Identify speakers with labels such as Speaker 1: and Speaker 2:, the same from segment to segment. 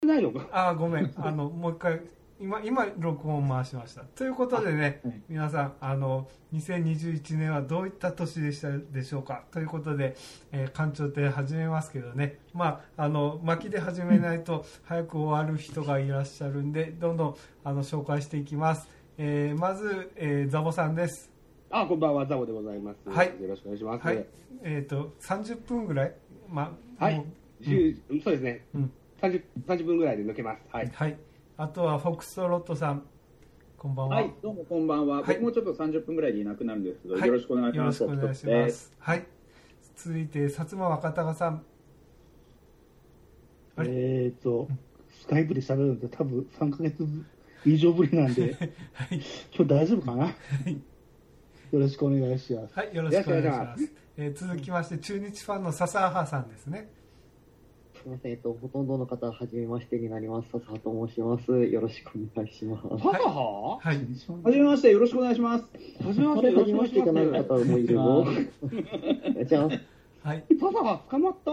Speaker 1: ないのか。
Speaker 2: ああ、ごめん。あの、もう一回、今、今、録音回しました。ということでね、
Speaker 1: うん
Speaker 2: 皆さん、あの、2021年はどういった年でしたでしょうかということで、えー、館長って始めますけどね、まあ、あの、巻きで始めないと早く終わる人がいらっしゃるんで、どんどん、あの、紹介していきます。えー、まず、えー、ザボさんです。
Speaker 1: あ、こんばんは、ザボでございます。
Speaker 2: はい
Speaker 1: よろしくお願いします。
Speaker 2: はい。えっ、と、30分ぐらいまあ、
Speaker 1: はい
Speaker 2: も
Speaker 1: 10そうですね。
Speaker 2: ううん。
Speaker 1: 三十三十分ぐらいで抜けます。はい。
Speaker 2: はい。あとは、フォックストロットさん。こんばんは。
Speaker 3: はい、どうもこんばんは。
Speaker 2: い
Speaker 3: 僕もちょっと30分ぐらいでいなくなるんですけど、
Speaker 2: はい
Speaker 3: よろしくお願いし
Speaker 2: よろ
Speaker 3: ま
Speaker 2: し
Speaker 3: す。
Speaker 2: くお願いし
Speaker 3: お疲れ様
Speaker 2: ま
Speaker 3: です。
Speaker 2: す。はい。続いて、薩摩若隆さん。あれ
Speaker 4: えっ、と、スカイプで喋るのって多分3ヶ月以上ぶりなんで、
Speaker 2: はい。
Speaker 4: 今日大丈夫かなよ
Speaker 2: い
Speaker 4: ろしくお願いします。
Speaker 2: はい。よろしくお願いし
Speaker 1: よ
Speaker 2: ま。
Speaker 1: ろしくお願いします
Speaker 2: えー続きまして、中日ファンの笹葉さんですね。
Speaker 5: すみません、えっと、ほとんどの方、はじめましてになります。笹葉と申します。よろしくお願いします。
Speaker 1: はは
Speaker 2: はい。
Speaker 3: はじめまして、よろしくお願いします。
Speaker 1: ははじめまし
Speaker 5: こ
Speaker 1: て、
Speaker 5: れ、
Speaker 1: よ
Speaker 5: は
Speaker 1: ろ
Speaker 5: じ
Speaker 1: し
Speaker 5: め
Speaker 1: くお
Speaker 5: ま
Speaker 1: 願いし
Speaker 5: してじゃない方
Speaker 1: ま
Speaker 5: も いるのじゃあ、
Speaker 2: はい。
Speaker 1: す。パパが捕まった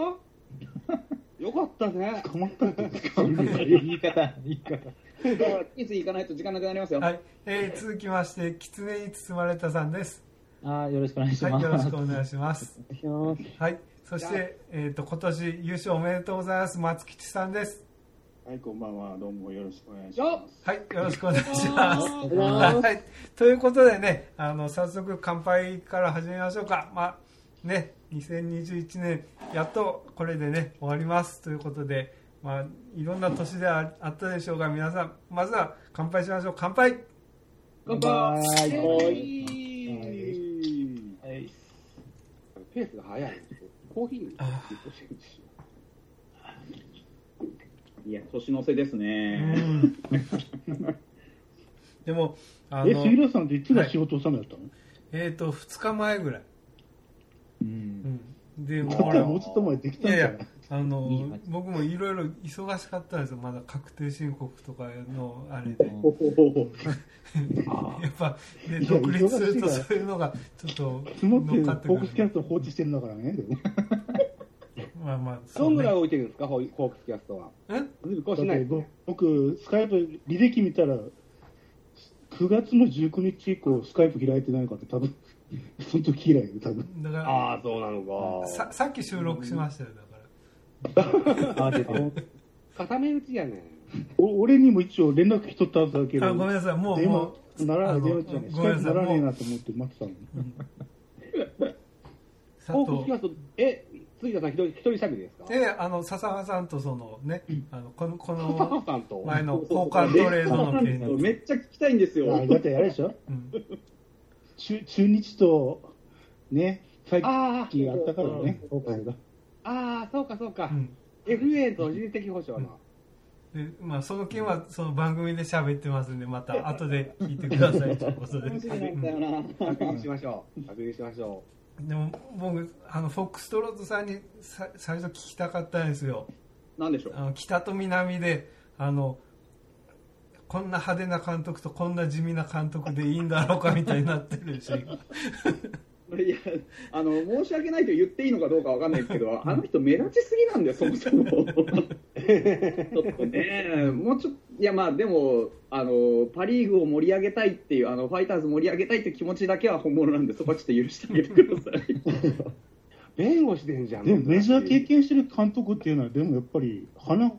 Speaker 1: よかった ね。
Speaker 4: 捕まったらどう使うんだよ。
Speaker 3: 言い方、言い方。いつ行かないと時間なくなりますよ。
Speaker 2: はい。えー続きまして、狐に包まれたさんです。
Speaker 6: あーよろしくお願いし
Speaker 2: はい。
Speaker 6: ます。
Speaker 2: よろしくお願いします。
Speaker 5: お願いします。
Speaker 2: はい。そして、えっ、と、今年優勝おめでとうございます。松吉さんです。
Speaker 3: はい、こんばんは。どうもよろしくお願いし
Speaker 1: よ
Speaker 3: ます。
Speaker 2: はい。よろしくお願いします。
Speaker 5: お願いします。
Speaker 2: はい、ということでね、あの早速乾杯から始めましょうか。まあね、2021年やっとこれでね終わりますということで、まあいろんな年でああったでしょうが、皆さんまずは乾杯しましょう。乾杯。
Speaker 1: 乾杯
Speaker 4: はい
Speaker 3: はい。
Speaker 1: ペースが早い。コーヒー
Speaker 3: いや、年の瀬です
Speaker 2: う
Speaker 3: ね。
Speaker 2: ん。でもあ
Speaker 4: え、
Speaker 2: の
Speaker 4: 杉浦さんっていつが仕事納めだったの、
Speaker 2: えっ、と2日前ぐらい。
Speaker 6: う。
Speaker 2: うんん。でも
Speaker 4: だ
Speaker 2: う
Speaker 4: った
Speaker 2: 俺
Speaker 4: ら もうちょっと前でき
Speaker 2: い
Speaker 4: たん
Speaker 2: やい
Speaker 4: じゃ な
Speaker 2: や
Speaker 4: い、
Speaker 2: あ
Speaker 6: いい
Speaker 2: の
Speaker 6: 話
Speaker 2: 僕もいろいろ忙しかったんですよ。まだ確定申告とかのあれで。
Speaker 3: ほほほほ
Speaker 2: やっぱ、ね、
Speaker 4: いや
Speaker 2: 独立すると
Speaker 4: 忙しいから
Speaker 2: そういうのがちょっと
Speaker 4: 積もって、
Speaker 2: 乗っかって
Speaker 4: フォークスキ
Speaker 2: く
Speaker 4: ャ
Speaker 2: る
Speaker 4: スト放置してるんだからね。でもだ
Speaker 2: まあまあそ
Speaker 1: ど
Speaker 2: うん
Speaker 1: ぐらい
Speaker 2: ね
Speaker 1: 置いてるんですか、ホイホークスキャストは。
Speaker 2: うん
Speaker 1: ずこうし
Speaker 4: っ
Speaker 1: ない
Speaker 4: て
Speaker 1: ですね
Speaker 4: ぼ僕、スカイプ、履歴見たら、9月の19日以降、スカイプ開いてないから、多分 その時以来で、多分
Speaker 2: だか
Speaker 1: ああ、そうなの
Speaker 2: ら
Speaker 1: か。
Speaker 2: ささっき収録しましたよだから
Speaker 6: あー出てる。
Speaker 1: 固め打ちやね。
Speaker 4: お俺にも一応連絡しとったはずだけど、
Speaker 2: あごめんなさいもう
Speaker 4: 電話
Speaker 2: も
Speaker 4: なら
Speaker 2: あ
Speaker 4: ない、
Speaker 2: の
Speaker 4: 電話じゃない、
Speaker 2: ご
Speaker 4: ス
Speaker 2: め
Speaker 4: カ
Speaker 2: んなさい
Speaker 4: イプならねえ
Speaker 2: も
Speaker 4: なと思って待ってたの。
Speaker 2: う、うん、
Speaker 1: ホ ークスキャ
Speaker 2: 佐
Speaker 1: スト、え、杉田さん、一人一人喋りですか
Speaker 2: 藤であの笹川さんとそのねあのこのこ
Speaker 1: 笹
Speaker 2: の
Speaker 1: 川さんと。
Speaker 2: 前 の交換トレードの件、
Speaker 3: めっちゃ聞きたいんですよ。
Speaker 4: あだってあれでしょ
Speaker 2: うん、
Speaker 4: 中中日と、ね、さっ
Speaker 1: ああ、
Speaker 4: きあったからね、
Speaker 1: う
Speaker 4: ホ
Speaker 1: ん
Speaker 4: ークスが。
Speaker 1: ああ、そうかそうか
Speaker 2: う。ん
Speaker 1: FA と人的保障の。
Speaker 2: でまあ、その件はその番組で喋ってますんでまた後で聞いてくださいということで、
Speaker 3: 楽しみなん
Speaker 2: うん
Speaker 3: だよな。
Speaker 1: 確認しましょう。確認しましょ
Speaker 2: でも僕あのフォックストロートさんにさ最初聞きたかったんですよ
Speaker 3: なんでしょう
Speaker 2: あ。の北と南であのこんな派手な監督とこんな地味な監督でいいんだろうかみたいになってるでしょ今
Speaker 3: いやあの申し訳ないと言っていいのかどうかわかんないですけど、あの人、目立ちすぎなんだよ、そもそも。ちょっとね、もうちょっと、いや、まあ、でもあの、パ・リーグを盛り上げたいっていう、あのファイターズ盛り上げたいっていう気持ちだけは本物なんで、そこはちょっと許してあげてください。
Speaker 1: う。弁護してんじゃん。
Speaker 4: でもメジャー経験してる監督っていうのは、でもやっぱり、花が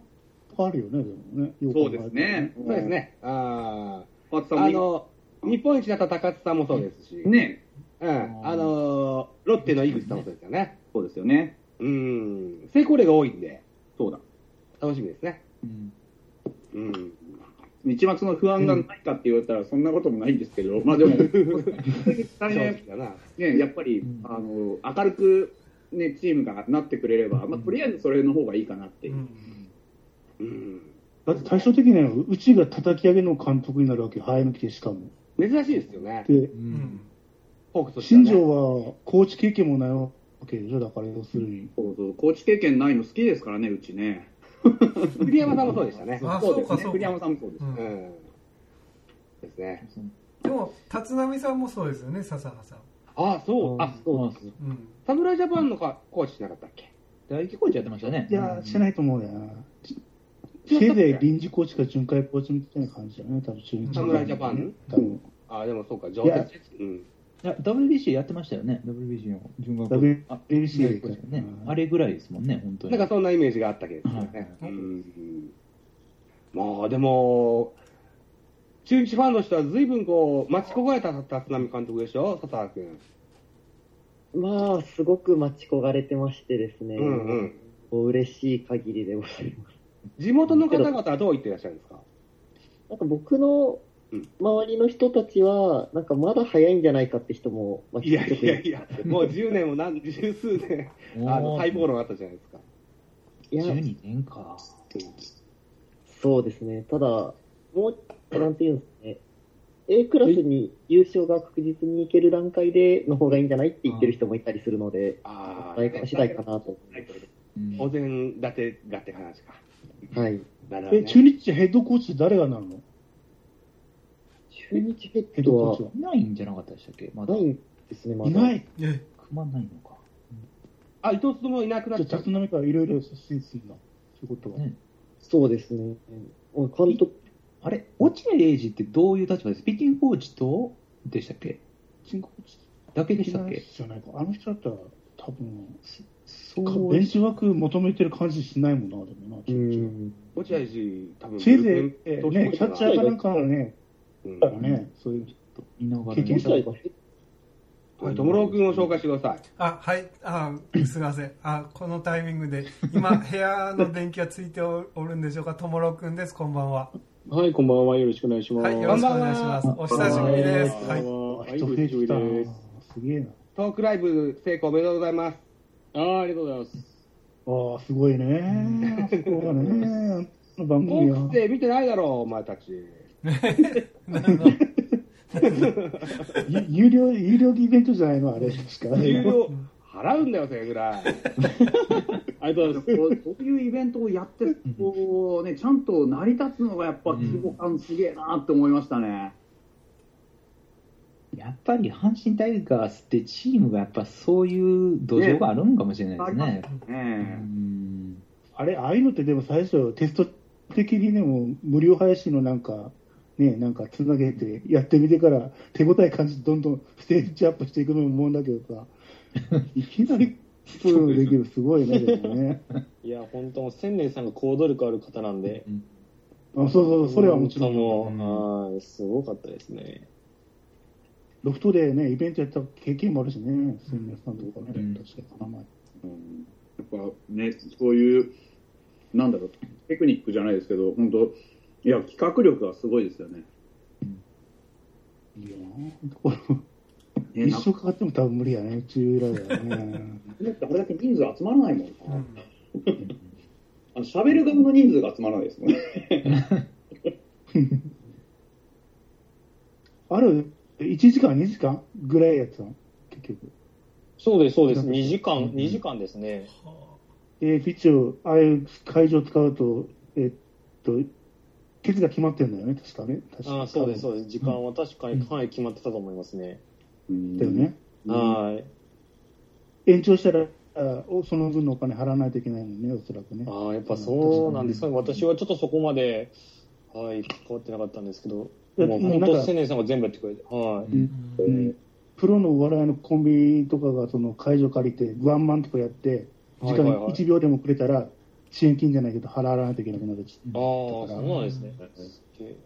Speaker 4: あるよね、でもね、よく
Speaker 3: そ
Speaker 4: 考
Speaker 3: う
Speaker 4: えた
Speaker 3: で
Speaker 4: ら
Speaker 3: すね。
Speaker 1: そうです。ね。あ
Speaker 3: パーツさ
Speaker 1: あ。
Speaker 3: んも
Speaker 1: あ
Speaker 3: いい
Speaker 1: の、日本一だった高津さんもそうですし。
Speaker 3: ね、
Speaker 1: うん。あの、ロッテの井口さんもそうですよね。
Speaker 3: そうですよね。
Speaker 1: うん。成功例が多いんで、
Speaker 3: そうだ。
Speaker 1: 楽しみですね。
Speaker 6: うん
Speaker 1: うん。
Speaker 3: 日末の不安がないかって言われたら、そんなこともないんですけど、まあでも、大変
Speaker 1: だな。
Speaker 3: ね、やっぱり、
Speaker 6: うん
Speaker 3: あの明るく、ね、チームがなってくれれば、まあ、とりあえずそれの方がいいかなっていうう、
Speaker 2: ん
Speaker 1: うん。
Speaker 4: だって対照的には、うちが叩き上げの監督になるわけよ、早抜きでしかも。
Speaker 1: 珍しいですよね。
Speaker 4: で、
Speaker 2: う
Speaker 6: うん
Speaker 2: ん
Speaker 1: ホークスとしては
Speaker 4: 新
Speaker 1: ね
Speaker 4: 庄はコーチ経験もないわけでしょ、だから要するに。
Speaker 3: そうそうコーチ経験ないの好きですからね、うちね、
Speaker 1: 栗山さんもそうでしたね。
Speaker 2: あそう
Speaker 3: です
Speaker 2: か
Speaker 3: ね
Speaker 2: そう
Speaker 3: 栗
Speaker 2: か
Speaker 3: 山さんもそうです、
Speaker 2: う
Speaker 1: うんん。ですね。
Speaker 2: でも立浪さんもそうですよね笹葉さん、
Speaker 1: あ、そう。あ、
Speaker 6: そうなんですよ。
Speaker 2: うん、
Speaker 1: 侍ジャパンのかコーチしなかったっけ
Speaker 6: 大気コーチやってましたね。
Speaker 4: いや、してないと思うよな。せいぜい臨時コーチか巡回コーチみたいな感じだね、多分中日。
Speaker 2: 侍
Speaker 1: ジャパン
Speaker 4: 多分。
Speaker 1: あ、でもそうか、上
Speaker 4: いや
Speaker 1: 手。うん。
Speaker 6: いや、WBC やってましたよね。WBC の順番
Speaker 4: WBC
Speaker 6: ですね。あれぐらいですもんね、本当に。
Speaker 1: なんかそんなイメージがあったけど
Speaker 6: はい
Speaker 1: ね。うんまあでも、中日ファンの人は随分こう、待ち焦がれた立浪監督でしょ、佐々君。
Speaker 5: まあ、すごく待ち焦がれてましてですね、
Speaker 1: うんうん。
Speaker 5: お嬉しい限りでございます。
Speaker 1: 地元の方々はどう言ってらっしゃるんですか
Speaker 5: なんか僕の
Speaker 1: うん
Speaker 5: 周りの人たちは、なんかまだ早いんじゃないかって人も、まあ、
Speaker 1: いやいや
Speaker 5: い
Speaker 1: いや、もう10年も何、十数年、あの、待望論あったじゃないですか。
Speaker 5: や
Speaker 6: 12年か。
Speaker 5: そうですね。ただ、もう、なんていうんですかね、A クラスに優勝が確実にいける段階での方がいいんじゃないって言ってる人もいたりするので、
Speaker 1: あ
Speaker 5: 大化次第かなと。
Speaker 6: うん
Speaker 1: お膳立てがって話か。
Speaker 5: はい。
Speaker 1: なるほど
Speaker 4: え、
Speaker 1: ね
Speaker 4: 中日ヘッドコーチって誰がなるの
Speaker 5: 中日
Speaker 4: ヘ
Speaker 5: ヘッ
Speaker 4: ッド
Speaker 5: ド
Speaker 4: コー
Speaker 5: は
Speaker 4: チはい
Speaker 6: ないんじゃなかったでしたっけまだ
Speaker 5: ない。んですね、ま
Speaker 4: い
Speaker 5: だ。
Speaker 4: ない。
Speaker 2: え
Speaker 6: 熊ないのか。
Speaker 1: あ、伊藤つもいなくなっ
Speaker 4: じゃ
Speaker 1: ちゃ
Speaker 4: あ、
Speaker 1: う
Speaker 4: 立。浪からいろいろ推薦するの。そういうことは。
Speaker 6: ね
Speaker 5: そうですね。もう監督、
Speaker 6: あれ、落合英二ってどういう立場ですピッチングコーチと、でしたっけ
Speaker 4: ピッチングコーチ
Speaker 6: だけでし
Speaker 4: じ
Speaker 6: た
Speaker 4: ゃ
Speaker 6: っ
Speaker 4: ない
Speaker 6: け
Speaker 4: じゃないか。あの人だったら、多分、
Speaker 6: そう
Speaker 4: ベンチ枠求めてる感じしないもんな、でもな、
Speaker 5: う
Speaker 4: 中日は
Speaker 5: ん、
Speaker 1: 落合氏、多分
Speaker 4: せいぜい、
Speaker 1: ブルペン
Speaker 4: ね、キャッチャーかなんかからね、
Speaker 1: うん
Speaker 4: だからね、そういう、
Speaker 6: 見ながら
Speaker 4: 経験
Speaker 5: 現
Speaker 4: 者
Speaker 5: 在は
Speaker 1: はい、友郎君を紹介してください。
Speaker 2: あはいあすみませんあこのタイミングで 今部屋の電気がついておおるんでしょうかともろくんですこんばんは
Speaker 7: はい、こんばんは。よろしくお願いします。
Speaker 2: はいよろしくお願いしますお久しぶりです
Speaker 7: こんば
Speaker 2: はい
Speaker 7: んははい、
Speaker 4: 人
Speaker 7: お
Speaker 4: 増
Speaker 7: 久
Speaker 4: え
Speaker 7: してぶり
Speaker 4: きた
Speaker 7: です。。
Speaker 4: すげえな。
Speaker 1: トークライブ成功おめでとうございます。
Speaker 7: あーありがとうございます。
Speaker 4: ああ、すごいね。そこ がね、あの番
Speaker 1: ホ
Speaker 4: 組
Speaker 1: ー
Speaker 4: は
Speaker 1: クス。で見てないだろう、お前たち。
Speaker 4: ゆ有料、有料イベントじゃないのあれですか。
Speaker 1: 給料払うんだよ、それぐら い。
Speaker 7: ありがとうございます。
Speaker 3: そうそういうイベントをやって、こうね、ちゃんと成り立つのがやっぱ規模感すげえなって思いましたね。
Speaker 6: やっぱり阪神タイガースってチームがやっぱそういう土壌があるんかもしれないですね。う
Speaker 3: ね
Speaker 6: ん
Speaker 4: あれ、ああいうのってでも最初、テスト的にね、もう無料配信のなんか、ね、なんかつなげてやってみてから手応え感じてどんどんステージアップしていくのも思うんだけ どさ、いきなりそういうのできるすごいね、でもね。
Speaker 7: いや、本当、千年さんが行動力ある方なんで、
Speaker 4: あそうそうそう、それはもちろん。
Speaker 7: 本当もう、はい、すごかったですね。
Speaker 4: ロフトでね、イベントやった経験もあるしね、千年さんとかね、
Speaker 6: うん
Speaker 4: 確かこの前。
Speaker 3: うんやっぱね、そういう、なんだろう、テクニックじゃないですけど、本当、いや、企画力がすごいですよね。
Speaker 4: いいよなこれ
Speaker 3: ね
Speaker 4: 一生かかっても多分無理やね、中裏だよね。
Speaker 3: なんかあれだけ人数集まらないもん
Speaker 2: う
Speaker 3: な。
Speaker 2: ん
Speaker 3: あの喋る側の人数が集まらないですもんね。
Speaker 4: ある1時間、2時間ぐらいやってたの、結局。
Speaker 7: そうです、そうです。
Speaker 4: うん
Speaker 7: 2時
Speaker 6: う
Speaker 7: 間、
Speaker 6: ん
Speaker 7: 二時間ですね。
Speaker 4: えーピッチを、ああいう会場使うと、えっと、ケツが決まってるんだよね、確かね。確か
Speaker 7: あーそうです、そう
Speaker 4: で
Speaker 7: です。時間は確かに、はい、決まってたと思いますね。
Speaker 4: だよね。
Speaker 3: うん
Speaker 7: はい。
Speaker 4: 延長したら、あーその分のお金払わないといけないもんね、おそらくね。
Speaker 7: ああ、やっぱそうなんですね。私はちょっとそこまで、はい、関わってなかったんですけど、
Speaker 4: いや
Speaker 7: もう
Speaker 4: もう
Speaker 7: 本
Speaker 4: なん
Speaker 7: 当、
Speaker 4: か
Speaker 7: 千年さんが全部やってくれて、は
Speaker 6: うん
Speaker 4: うんプロのお笑いのコンビとかがその会場借りて、ワンマンとかやって、時間
Speaker 7: はいはいはい
Speaker 4: 1秒でもくれたら、支援金じゃないけど、払わないといけなくなるし、
Speaker 7: い。ああ、そうなんですね。で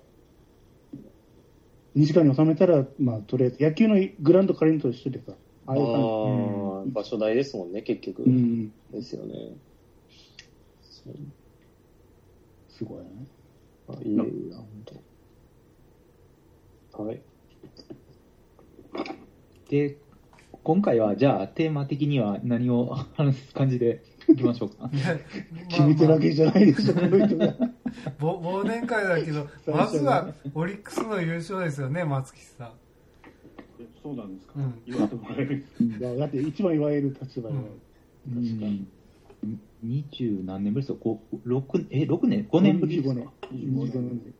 Speaker 4: 2時間に収めたら、まあ、とりあえず、野球のグラウンド借りるのと一緒でさ、ああいう感じ
Speaker 7: ああ、場所代ですもんね、結局。
Speaker 4: うん、
Speaker 7: ですよね。そう
Speaker 4: すごいね。
Speaker 7: あいいな、本当。はい。
Speaker 6: で、今回はじゃあテーマ的には何を 話す感じでいきましょう か。
Speaker 4: 決めてるわけじゃないで しょ、この人が。
Speaker 2: ぼ忘年会だけど
Speaker 4: 最
Speaker 2: ま
Speaker 4: 初
Speaker 2: ず
Speaker 4: ね
Speaker 2: はオリックスの優勝ですよね松木さん
Speaker 8: そうなんですか、
Speaker 2: うん
Speaker 8: 言わせてもらえる。
Speaker 4: だって一番言われる立場よ。確かに
Speaker 6: うん二十何年ぶりですよ、こう六え六年、5年ぶりです
Speaker 4: 25
Speaker 6: か
Speaker 4: 年。25年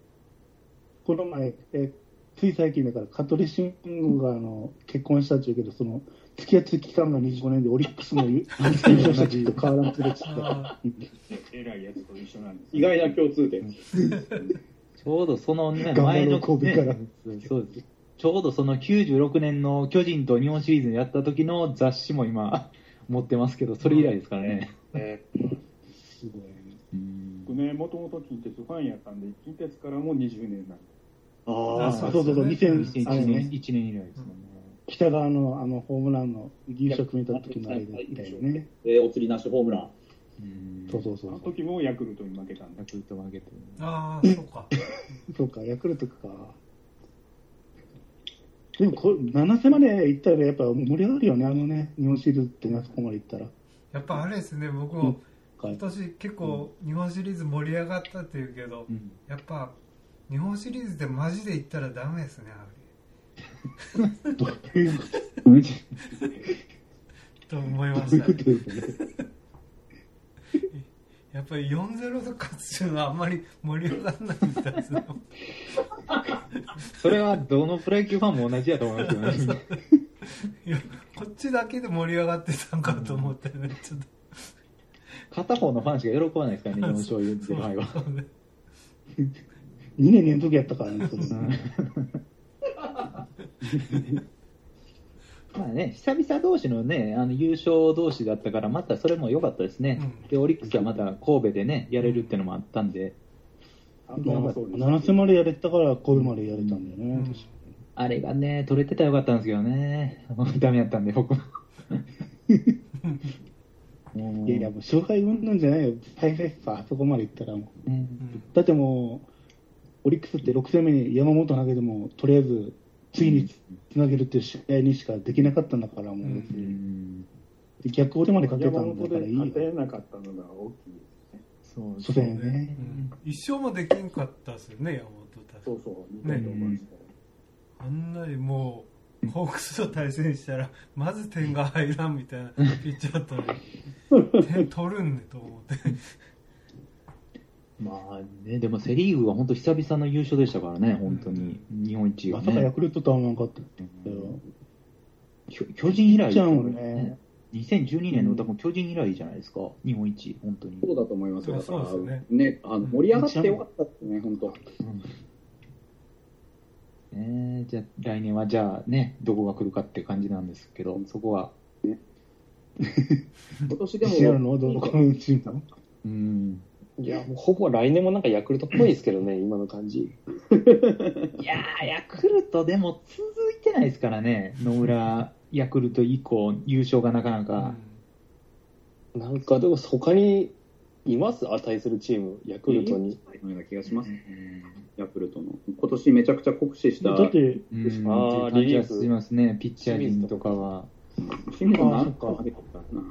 Speaker 4: この前、えつい最近だから、香取慎吾があの結婚したっていうけど、その付き合ってる期間が25年で、オリックスも優勝した時と変わらんくれちゃった。
Speaker 2: あ
Speaker 8: えらいやつと一緒なんです
Speaker 3: 意外な共通点。
Speaker 6: ちょうどそのね、
Speaker 4: 頑張ろう
Speaker 6: 前の、
Speaker 4: 神戸から
Speaker 6: ね、そうです。ちょうどその96年の巨人と日本シリーズやった時の雑誌も今 持ってますけど、それ以来ですからね。
Speaker 8: すごいね
Speaker 6: うん
Speaker 8: 僕ね、もともと近鉄ファンやったんで、近鉄からもう20年なんで
Speaker 2: あ
Speaker 4: そ
Speaker 2: そうう
Speaker 4: そうそう、
Speaker 2: ですよね
Speaker 4: 2001
Speaker 6: 2001
Speaker 4: あの
Speaker 6: 年
Speaker 4: ね、
Speaker 6: 一年以来ですもんね。
Speaker 4: 北側のあのホームランの優勝決めた時のあれだったよね。
Speaker 3: えーお釣りなしホームラン。
Speaker 6: うん
Speaker 4: そうそうそ
Speaker 8: あの
Speaker 4: う。
Speaker 8: 時もヤクルトに負けたんで
Speaker 6: ヤ。クルト負けてる
Speaker 2: あー、そうか。
Speaker 4: そうか、ヤクルトか。でもこれ、7戦まで行ったらやっぱ盛り上がるよね、あのね、日本シリーズってな、そこまで行ったら。
Speaker 2: やっぱあれですね、僕も
Speaker 4: うん
Speaker 2: 今年結構日本シリーズ盛り上がったっていうけど、
Speaker 6: うん
Speaker 2: やっぱ日本シリーズでマジでいったらダメですね、あ
Speaker 4: どういうこ
Speaker 2: れ。と思いま
Speaker 4: と
Speaker 2: し
Speaker 4: いう
Speaker 2: た
Speaker 4: こ
Speaker 2: ね
Speaker 4: と。ですね。
Speaker 2: やっぱり4-0で勝つっていうのはあんまり盛り上がらないみ たいですね。
Speaker 6: それはどのプロ野球ファンも同じやと思いますけどね。
Speaker 2: いやこっちだけで盛り上がってたんかと思ってね、ちょっと。
Speaker 6: 片方のファンしか喜ばないですから ね、日本勝利って
Speaker 2: そ
Speaker 6: いう
Speaker 2: う
Speaker 6: 場合は。
Speaker 2: そうね
Speaker 4: 2年連続やったからね、それ
Speaker 6: うんまあね、久々同士のね、あの優勝同士だったから、またそれも良かったですね、
Speaker 2: うん
Speaker 6: で、オリックスはまた神戸でね、やれるっていうのもあったんで、
Speaker 8: あ
Speaker 4: 7戦までやれたから、神戸までやれたんだよ
Speaker 2: う
Speaker 4: ね。
Speaker 2: ん
Speaker 6: あれがね、取れてたらよかったんですけどね、 ダメやったん で、僕も。もう
Speaker 4: いやいや、もう勝敗云々じゃないよ、大概さ、あそこまで行ったらもう。
Speaker 6: ね
Speaker 2: うん
Speaker 4: だってもう、オリックスって6戦目に山本投げても、とりあえず次につなげるっていう試合にしかできなかったんだから、もう、
Speaker 2: うん
Speaker 6: うん
Speaker 4: 逆お手までかけた
Speaker 8: 山
Speaker 4: んだ
Speaker 8: 本
Speaker 4: か
Speaker 8: で
Speaker 4: らいいよ
Speaker 8: 勝、てなかったのが大きい。
Speaker 6: そう
Speaker 4: そうだよね。
Speaker 2: うん一勝もできんかったですよね、山本太
Speaker 8: そうそう、見たと思うんですけど
Speaker 2: あんなにもう、ホークスと対戦したら、まず点が入らんみたいなピッチャーと、点取るんねと思って。
Speaker 6: まあね、でもセ・リーグは本当、久々の優勝でしたからね、本当に、日本一
Speaker 4: ま
Speaker 6: は
Speaker 4: さかヤ
Speaker 6: ね、
Speaker 4: クルトとは思わなかったけど、
Speaker 6: 巨巨人以来
Speaker 4: ちゃうもんね。
Speaker 6: 2012年の多分巨人以来じゃないですか、日本一、本当に。
Speaker 3: そうだと思いますよ。だか
Speaker 2: そう
Speaker 3: ら
Speaker 2: ですよね
Speaker 3: ね、あの盛り上がってよかったですね、本当。
Speaker 6: ねえじゃあ来年はじゃあね、どこが来るかって感じなんですけど、そこは、
Speaker 3: 今年で
Speaker 4: でも、シアル
Speaker 3: も、
Speaker 4: のどこのチームなの
Speaker 6: うん、
Speaker 7: いや、もうほぼ来年もなんかヤクルトっぽいですけどね、今の感じ。
Speaker 6: いやー、ヤクルトでも続いてないですからね、野村、ヤクルト以降、優勝がなかなか、
Speaker 7: なんか、でも他にいます対するチーム、ヤクルトに。
Speaker 3: のような気がします。ヤクルトの。今年めちゃくちゃ酷使した。
Speaker 4: だって、
Speaker 6: うん、っていう
Speaker 7: あー
Speaker 6: 感
Speaker 7: リ
Speaker 6: じ
Speaker 7: リー
Speaker 6: は
Speaker 7: フ
Speaker 6: しますね、ピッチャー陣とかは。
Speaker 3: 清水
Speaker 4: あ
Speaker 3: な
Speaker 4: そ
Speaker 3: ん
Speaker 4: っか
Speaker 3: か出てたかな。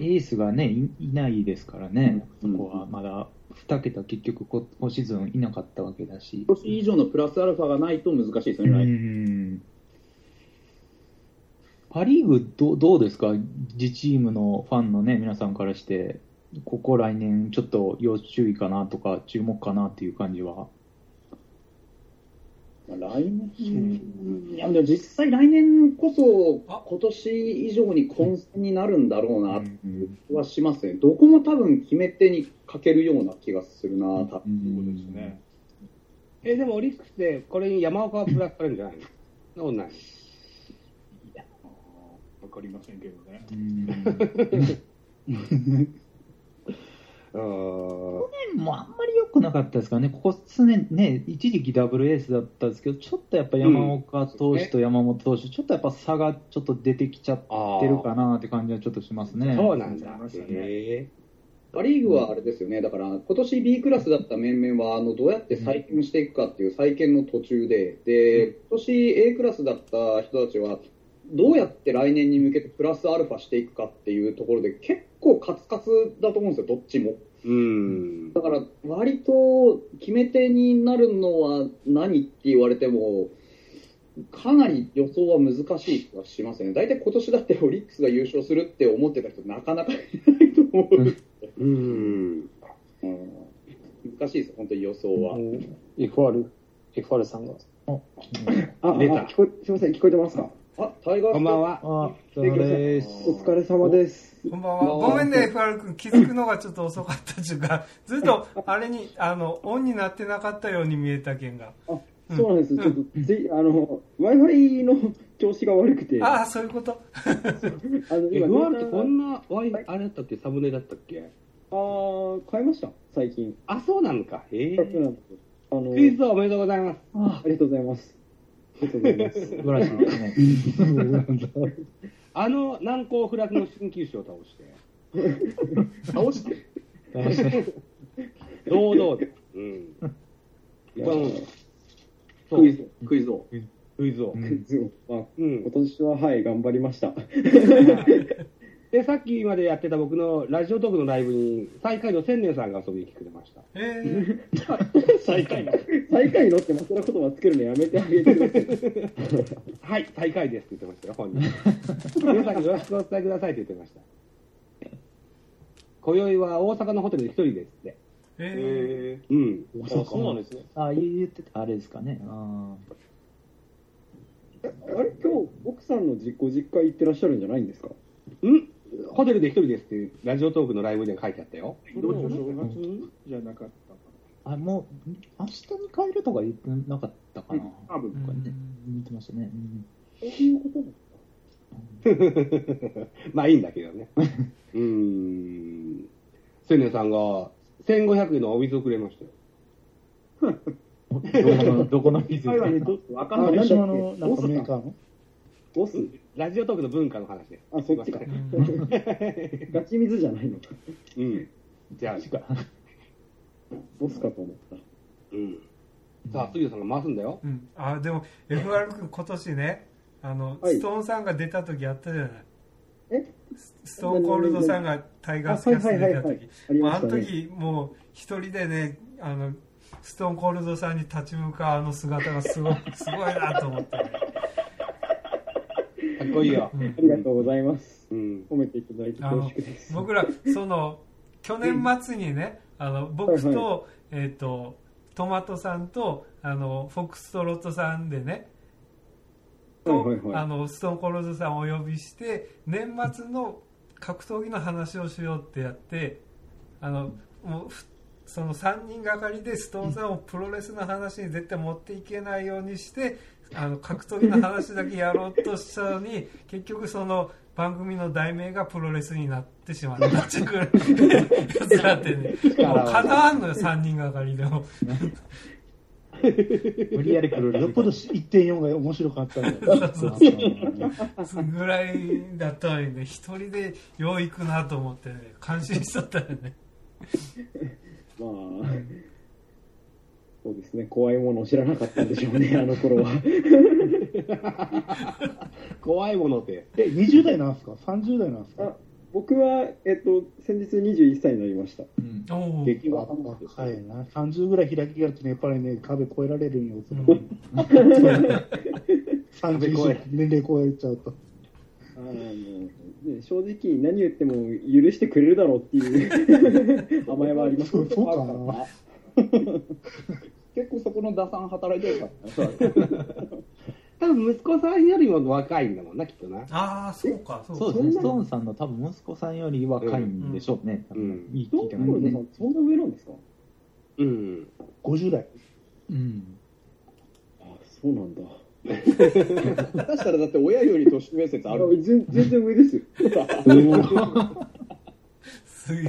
Speaker 6: エースがね、いいないですからね、
Speaker 3: うん
Speaker 6: そこはまだ2桁、結局こ、今シーズンいなかったわけだし。
Speaker 3: 今年以上のプラスアルファがないと難しいですよ
Speaker 6: う
Speaker 3: ね、
Speaker 6: んパ・リーグど、どうですか、自チームのファンの、ね、皆さんからして、ここ来年、ちょっと要注意かなとか、注目かなっていう感じは、
Speaker 3: まあ来年、いや、でも実際来年こそ、
Speaker 2: あ
Speaker 3: 今年以上に混戦になるんだろうな、
Speaker 6: うん
Speaker 3: はしますね。どこも多分決め手に欠けるような気がするな、多分。
Speaker 8: そうですね。
Speaker 1: えでもオリックスでこれに山岡がプラスされるんじゃないのそんなことない。
Speaker 8: あーわかりませんけどね。
Speaker 6: うん
Speaker 1: うーん
Speaker 6: もうあんまり良くなかったですからね、ここ数年、ね、一時期ダブルエースだったんですけど、ちょっとやっぱ山岡投手と山本投手、ちょっとやっぱ差がちょっと出てきちゃっ
Speaker 1: あ
Speaker 6: てるかなって感じはちょっとしますね。
Speaker 1: そうなんだ。
Speaker 8: そうですね
Speaker 1: へ
Speaker 3: パ・リーグはあれですよね、だから今年 B クラスだった面々はあのどうやって再建していくかっていう再建の途中で、で今年 A クラスだった人たちは、どうやって来年に向けてプラスアルファしていくかっていうところで、結構カツカツだと思うんですよ、どっちも。
Speaker 1: えうん。
Speaker 3: だから、割と決め手になるのは何って言われても、かなり予想は難しい気がしますね。大体今年だってオリックスが優勝するって思ってた人、なかなかいないと思う。
Speaker 1: うん。
Speaker 3: うん難しいです、本当に予想は。
Speaker 7: FR、FR さんが。
Speaker 3: あ、
Speaker 1: 出た
Speaker 3: あ聞こえすみません、聞こえてますかあ、タイガース
Speaker 1: こんばんは。
Speaker 6: あ、お疲れ 様です。
Speaker 9: お疲れ様です。
Speaker 2: こんばんは。ごめんね、FR 君。気づくのがちょっと遅かったっていうか、ずっと、あれに、あの、オンになってなかったように見えたけんが。
Speaker 9: そうなんです。ちょっと、ぜひあの、Wi-Fi の調子が悪くて、
Speaker 2: ああ、そういうこと。
Speaker 9: あの、
Speaker 1: え、
Speaker 9: 今、
Speaker 1: フワールってこ
Speaker 9: あ
Speaker 1: んな、ワイ、あれだったっけサムネだったっけ
Speaker 9: あー変えました、最近。
Speaker 1: あ、そうなのか。へえ
Speaker 9: そうなんですよあの、
Speaker 1: クイズおめでとうございます。
Speaker 9: ありがとうございます。ありがとうござい ます。
Speaker 6: 素晴らしいですね。
Speaker 1: あの、難攻不落の鍼灸師を倒して、
Speaker 3: 倒して。
Speaker 1: 堂々で。うん。
Speaker 9: いや
Speaker 1: これもうそう
Speaker 9: クイズ、
Speaker 3: クイズを。
Speaker 1: クイズを
Speaker 6: う。
Speaker 9: ク
Speaker 6: ん
Speaker 9: イズを。まあ、
Speaker 1: うん
Speaker 9: 今。年は、はい、頑張りました。
Speaker 1: で、さっきまでやってた僕のラジオトークのライブに、最下位の千年さんが遊びに来てくれました。
Speaker 2: えー、
Speaker 7: 最下位な。
Speaker 9: 最下位のって枕言葉つけるのやめてあげてください。
Speaker 1: はい、最下位ですって言ってましたよ、本人。皆さんによろしくお伝えくださいって言ってました。今宵は大阪のホテルで一人ですって。
Speaker 2: え
Speaker 8: え
Speaker 1: うん。
Speaker 7: あそうなんですね。
Speaker 6: あ、言ってた、あれですかね。あ
Speaker 9: あれ、今日、奥さんの実ご実家行ってらっしゃるんじゃないんですか
Speaker 1: んホテルで一人ですって、ラジオトークのライブには書いてあったよ。
Speaker 8: ー、どうも正月じゃなかったか
Speaker 6: ーあ、もう、ん明日に帰るとか言ってなかったかな。
Speaker 8: な。多分。
Speaker 6: なんかね、言ってましたね。うん
Speaker 9: そういうことなの
Speaker 1: まあいいんだけど ね。うーん。千年さんが1500円のお水をくれましたよ。
Speaker 6: どこ の、どこの水
Speaker 3: 最後にちょっとわかん
Speaker 9: あな
Speaker 3: な
Speaker 9: んだ
Speaker 3: い
Speaker 9: っ
Speaker 4: 広
Speaker 9: け
Speaker 4: 島のなん
Speaker 9: ボス
Speaker 4: か
Speaker 9: か
Speaker 4: メーカーの
Speaker 9: ボス
Speaker 1: ラジオトークの文化の話です。
Speaker 9: あ、そっちか
Speaker 1: すい。
Speaker 9: ガチ水じゃないのか。
Speaker 1: うん。じゃあ、
Speaker 9: ボスかと思った。
Speaker 1: うん。さあ、杉田さんが回すんだよ。
Speaker 2: うん。あ、でも、FR 君今年ね、あの、
Speaker 9: はい
Speaker 2: ストーンさんが出た時あったじゃない。
Speaker 9: え
Speaker 2: スストーンコールドさんがタイガースキャストに出た
Speaker 9: あはいはいはいは
Speaker 2: 時
Speaker 9: いあり
Speaker 2: ま
Speaker 9: ま
Speaker 2: あ、あ
Speaker 9: した
Speaker 2: の
Speaker 9: ね
Speaker 2: 時もう一人でねあのストーンコールドさんに立ち向かうあの姿がすごいすごいなと思って、
Speaker 1: かっこいいよ。
Speaker 9: ありがとうございます。
Speaker 1: うん。
Speaker 9: 褒めていただいて恐縮です。
Speaker 2: 僕らその去年末にねあの僕と,、
Speaker 9: はいは
Speaker 2: えっ、とトマトさんとあのフォックストロットさんでねと、
Speaker 9: はいはいはい
Speaker 2: あのストーンコールドさんをお呼びして年末の格闘技の話をしようってやってあのもうふその3人がかりでストーンさんをプロレスの話に絶対持っていけないようにしてあの格闘技の話だけやろうとしたの に結局その番組の題名がプロレスになってしまったっていうや つらってねもうかなわんのよ3人がかりでも
Speaker 6: 無理やり来る
Speaker 4: よっぽど1.4が面白かった んだよ。
Speaker 2: そんぐらいだったのにね一人でよう行くなと思ってね感心しとったよ ね
Speaker 9: まあ、そうですね、怖いものを知らなかったんでしょう ね、あの頃は。
Speaker 1: 怖いものって。
Speaker 4: え、20代なんですか ?30 代なんですか
Speaker 9: あ僕は、えっと、先日21歳になりました。
Speaker 6: うん
Speaker 2: おお
Speaker 1: 激
Speaker 4: 若
Speaker 1: 若者ですよ
Speaker 4: いな。30ぐらい開きがあるとね、やっぱりね、壁越えられるんよ。その
Speaker 2: うん
Speaker 1: 壁
Speaker 4: 30
Speaker 1: 越え
Speaker 4: 年齢超えちゃうと。
Speaker 9: あのね、正直、何言っても許してくれるだろうっていう 甘えはあります。
Speaker 4: そうそうかな。
Speaker 3: 結構そこの打算働いてる から。
Speaker 1: 多分息子さんよりも若いんだもんな、きっとな。
Speaker 2: ああそうかそうか
Speaker 6: そうですね、ストーンさんの多分息子さんより若いんでしょうね。
Speaker 1: うんうん
Speaker 6: いい
Speaker 9: ど
Speaker 6: 聞いうて
Speaker 9: な
Speaker 6: ま
Speaker 9: の
Speaker 6: す
Speaker 9: さ
Speaker 6: ね。
Speaker 9: ん、そんな上なんですか
Speaker 1: うん。
Speaker 4: 50代。
Speaker 6: うん。
Speaker 9: あ、そうなんだ。
Speaker 3: 下手したらだって親より年上説あ
Speaker 9: あ
Speaker 3: る。
Speaker 9: 全全然上です。
Speaker 2: すげえ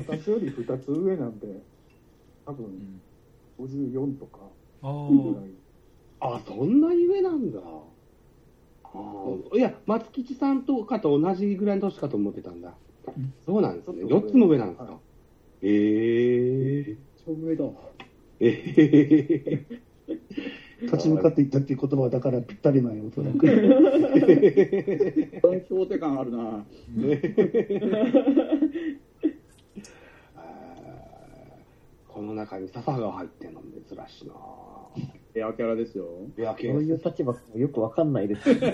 Speaker 8: 私より2つ上なんで、多分54とか
Speaker 2: あ
Speaker 8: ぐ
Speaker 2: ー
Speaker 8: らい。
Speaker 1: あ、そんなに上なんだ。ああ。いや、松吉さんとかと同じぐらいの年かと思ってたんだ。そうなんですね。
Speaker 8: ちょっ
Speaker 1: 4
Speaker 8: と
Speaker 1: つも上なんです
Speaker 8: は
Speaker 1: か。ええ
Speaker 9: 超上だ。
Speaker 1: ええ
Speaker 4: 立ち向かっていったっていう言葉はだからぴったりなんよ、おそら く。
Speaker 3: 標定感あるな。
Speaker 1: この中に笹が入ってるの珍しいな
Speaker 3: エアキャラですよ。
Speaker 1: レア
Speaker 5: ど
Speaker 1: 系
Speaker 5: ういう立場かもよくわかんないですけど、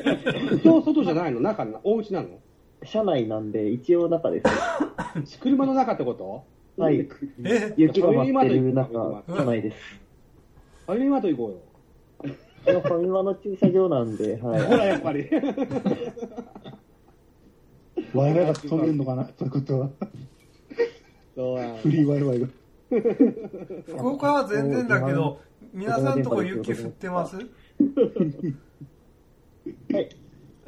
Speaker 1: 外外じゃないの中なお家なの
Speaker 5: 車内なんで、一応中ですね。
Speaker 1: 車の中ってこと
Speaker 5: はい。
Speaker 2: え
Speaker 5: 雪が舞ってる中、車内です。
Speaker 1: ファミリーマート行こうよ。
Speaker 5: このファミマの駐車場なんで、はい。
Speaker 1: ほら、やっぱり。
Speaker 4: Wi-Fi が飛んでんのかなそういうことは。
Speaker 7: そうや
Speaker 4: フリー Wi-Fi が。
Speaker 2: 福岡は全然だけど、皆さんとこ雪降ってます
Speaker 5: はい。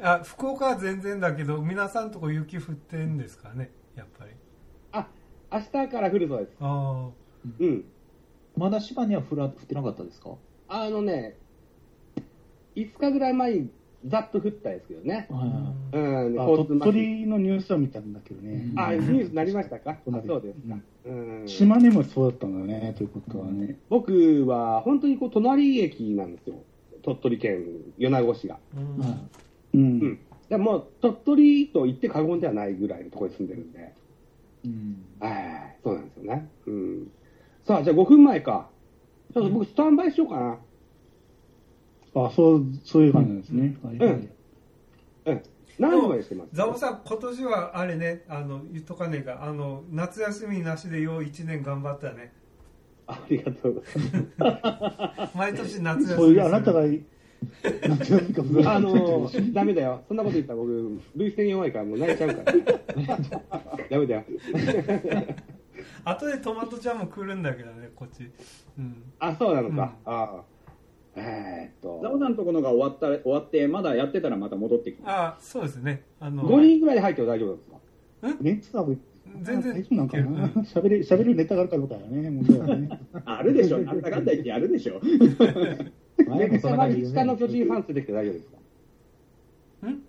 Speaker 2: あ、福岡は全然だけど、皆さんとこ雪降ってんですかね、やっぱり。
Speaker 1: あ、明日から降るそうです。
Speaker 2: あ
Speaker 1: うん。
Speaker 6: まだ芝には降ら降ってなかったですか
Speaker 1: あのね、5日ぐらい前にざっと降ったんですけどね。
Speaker 6: は
Speaker 2: あ。
Speaker 6: いは
Speaker 1: うん、
Speaker 4: あ
Speaker 1: 交通
Speaker 4: 鳥
Speaker 1: まひ
Speaker 4: 取のニュースを見たんだけどね。
Speaker 1: あ、ニュースになりましたかあ
Speaker 4: うん
Speaker 1: そうですか。うん。
Speaker 4: 島根もそうだったんだね、ということはね。
Speaker 1: 僕は本当にこう隣駅なんですよ。鳥取県米子市が。
Speaker 2: ーうん
Speaker 4: う。
Speaker 6: い。
Speaker 1: うんんでもう鳥取と言って過言ではないぐらいのところに住んでるんで。
Speaker 6: うん
Speaker 1: はい、そうなんですよね。うん。さあ、じゃあ5分前か。ちょっと僕スタンバイしようかな。
Speaker 4: あ、そう、そういう感じなんですね。はいは
Speaker 1: う
Speaker 4: い
Speaker 1: んうん。何時までしてます
Speaker 2: ザボさん、今年はあれね、あの言っとかねえか、あの夏休みなしでよう1年頑張ったね、
Speaker 1: ありがとうございます。
Speaker 2: 毎年夏休み
Speaker 4: そういう、あなた
Speaker 2: する
Speaker 4: が、なんていうか、
Speaker 1: あのー、ダメだよ。そんなこと言ったら僕、涙腺弱いからもう泣いちゃうから。 ダメだよ。
Speaker 2: 後でトマトちゃんも来るんだけどね、こっち。うん、
Speaker 1: あ、そうなのか。ああ。えーっ
Speaker 3: ザオ
Speaker 1: と、
Speaker 3: さんのところが終わった終わって、まだやってたらまた戻ってき
Speaker 2: あ
Speaker 3: ます。
Speaker 2: そうですね、あの
Speaker 1: 5人ぐらいで入っても大丈夫ですか
Speaker 4: メンツは
Speaker 2: 全然
Speaker 4: 大丈夫なんかな
Speaker 2: うん。
Speaker 4: 喋れ、喋るネタがあるかどうかよね、問題はね。
Speaker 3: あるでしょ、なんだかんだ言ってやるでしょ。
Speaker 1: メッチャバリ下の巨人ファンついてきて大丈夫ですか
Speaker 2: ん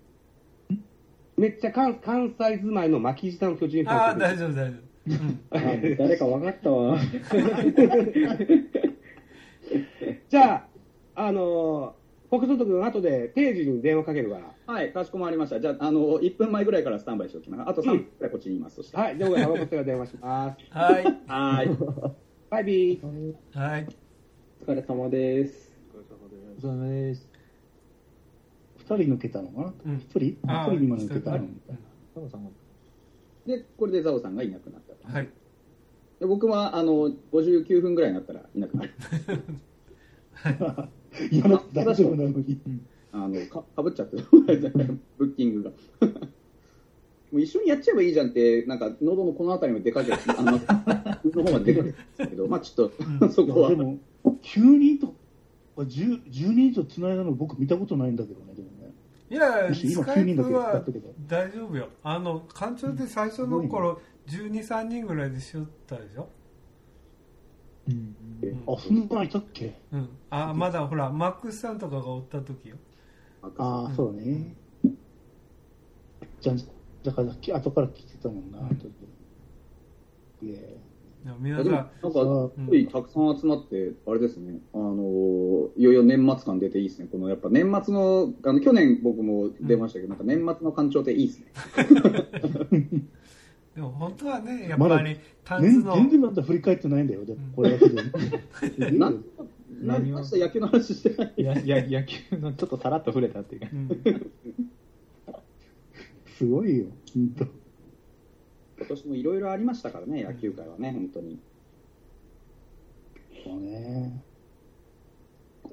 Speaker 1: めっちゃ関関西住まいの巻き舌の巨人フ
Speaker 2: あ
Speaker 1: ァン
Speaker 2: あ、
Speaker 1: ついて
Speaker 2: 大丈夫、大丈夫。うん、
Speaker 9: あ誰か分かったわ。
Speaker 1: きてじゃあ、あのー、北斗君後で定時に電話かけるか
Speaker 3: はい、かしこまりました。じゃあ、あの、1分前ぐらいからスタンバイしておきます。あと3分くらいこっちにいます。そした
Speaker 1: ら。はい、じゃあ僕はタバコ吸いが電話します。
Speaker 2: はい、
Speaker 3: ら。はーい。
Speaker 1: バイビー。
Speaker 2: はい、
Speaker 9: お疲れ様です。
Speaker 6: お疲れ様です。
Speaker 4: 二人抜けたのかな
Speaker 2: うん
Speaker 4: 一人一
Speaker 2: あ
Speaker 4: 人
Speaker 2: ー
Speaker 4: 今抜けたの
Speaker 2: 一人
Speaker 4: みたいな。
Speaker 6: タモさんも
Speaker 3: で、これでザオさんがいなくなった。
Speaker 2: はい、
Speaker 3: で僕は、あの、59分ぐらいになったらいなくなる。
Speaker 4: 今の大丈夫なのに。
Speaker 3: あの、かかぶっちゃってる。 ブッキングが。 もう一緒にやっちゃえばいいじゃんって、なんか、喉のこの辺りもでかけて、あの、の方まででかけてるんですけど、まあちょっと、そ
Speaker 4: いや
Speaker 3: こは
Speaker 4: で。も、9人とか10、10人以上繋いだの僕見たことないんだけどね、でもね。
Speaker 2: いや、
Speaker 4: むしろ
Speaker 2: ス
Speaker 4: 今
Speaker 2: カ
Speaker 4: 9
Speaker 2: イ
Speaker 4: 人だ
Speaker 2: プ
Speaker 4: け使
Speaker 2: は
Speaker 4: ったけど。
Speaker 2: 大丈夫よ、あの、館長で最初の頃、12、3人ぐらいでしよったでしょ。
Speaker 6: うん。
Speaker 2: うん
Speaker 4: あ、そんなのいたっけ
Speaker 2: うん、あまだほらマックスさんとかがおった時よ
Speaker 4: ああ、そうだね。じゃん、だから、き後から聞いてたもんな、ちょっと。いえ。
Speaker 2: いや
Speaker 3: い
Speaker 2: 皆
Speaker 3: や
Speaker 2: さ
Speaker 3: で
Speaker 2: ん
Speaker 3: も、なんか、すご
Speaker 2: うん
Speaker 3: いたくさん集まって、あれですね、あのーいよいよ年末感出ていいですね。この、やっぱ年末の、あの、去年僕も出ましたけど、なんか年末の感情っていいですね。
Speaker 2: でも本当はねやっ
Speaker 4: まだ
Speaker 2: ぱりタンス
Speaker 4: 全
Speaker 2: の、
Speaker 4: 全然まだ振り返ってないんだよ、でもこれだ けで。
Speaker 3: なんなんか野球の話してない。
Speaker 6: いや、いや、野球のちょっとさらっと触れたっていうか。
Speaker 2: うん、
Speaker 4: すごいよ、ほんと。
Speaker 3: 今年もいろいろありましたからね、野球界はね、本当に。
Speaker 4: そうね。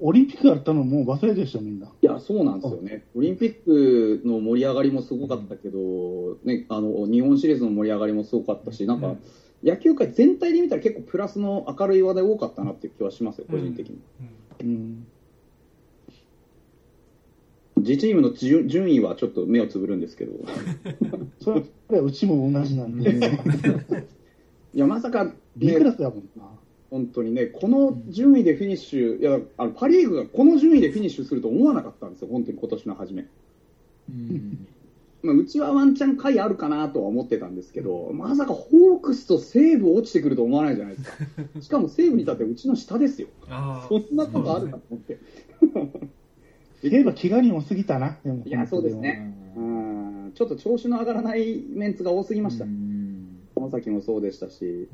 Speaker 4: オリンピックやったのもう忘れてるでしょ、みんな。
Speaker 3: いや、そうなんですよね。オリンピックの盛り上がりもすごかったけど、ね、あの、日本シリーズの盛り上がりもすごかったし、なん
Speaker 2: う
Speaker 3: か
Speaker 2: ん、
Speaker 3: 野球界全体で見たら結構プラスの明るい話題多かったなっていう気はしますよ、個人的に。
Speaker 4: うん。
Speaker 3: 自チームの順順位はちょっと目をつぶるんですけど、
Speaker 4: それはうちも同じなんで、
Speaker 3: いや、まさか、
Speaker 4: B ク
Speaker 3: ね、
Speaker 4: ラスだもんな。
Speaker 3: 本当にね、この順位でフィニッシュ、いや、あのパ・リーグがこの順位でフィニッシュすると思わなかったんですよ、本当に今年の初め。
Speaker 6: うん。
Speaker 3: まあ、うちはワンチャン回あるかなとは思ってたんですけど、まさかホークスと西武落ちてくると思わないじゃないで すか。しかも西武に至ってはうちの下ですよ。
Speaker 2: あ
Speaker 3: そんなことあるかと思って。
Speaker 4: 例えば、怪我人多すぎたな、でも。
Speaker 3: いや、そうです
Speaker 6: う
Speaker 3: ね。うんん、ちょっと調子の上がらないメンツが多すぎました。山崎もそうでしたし、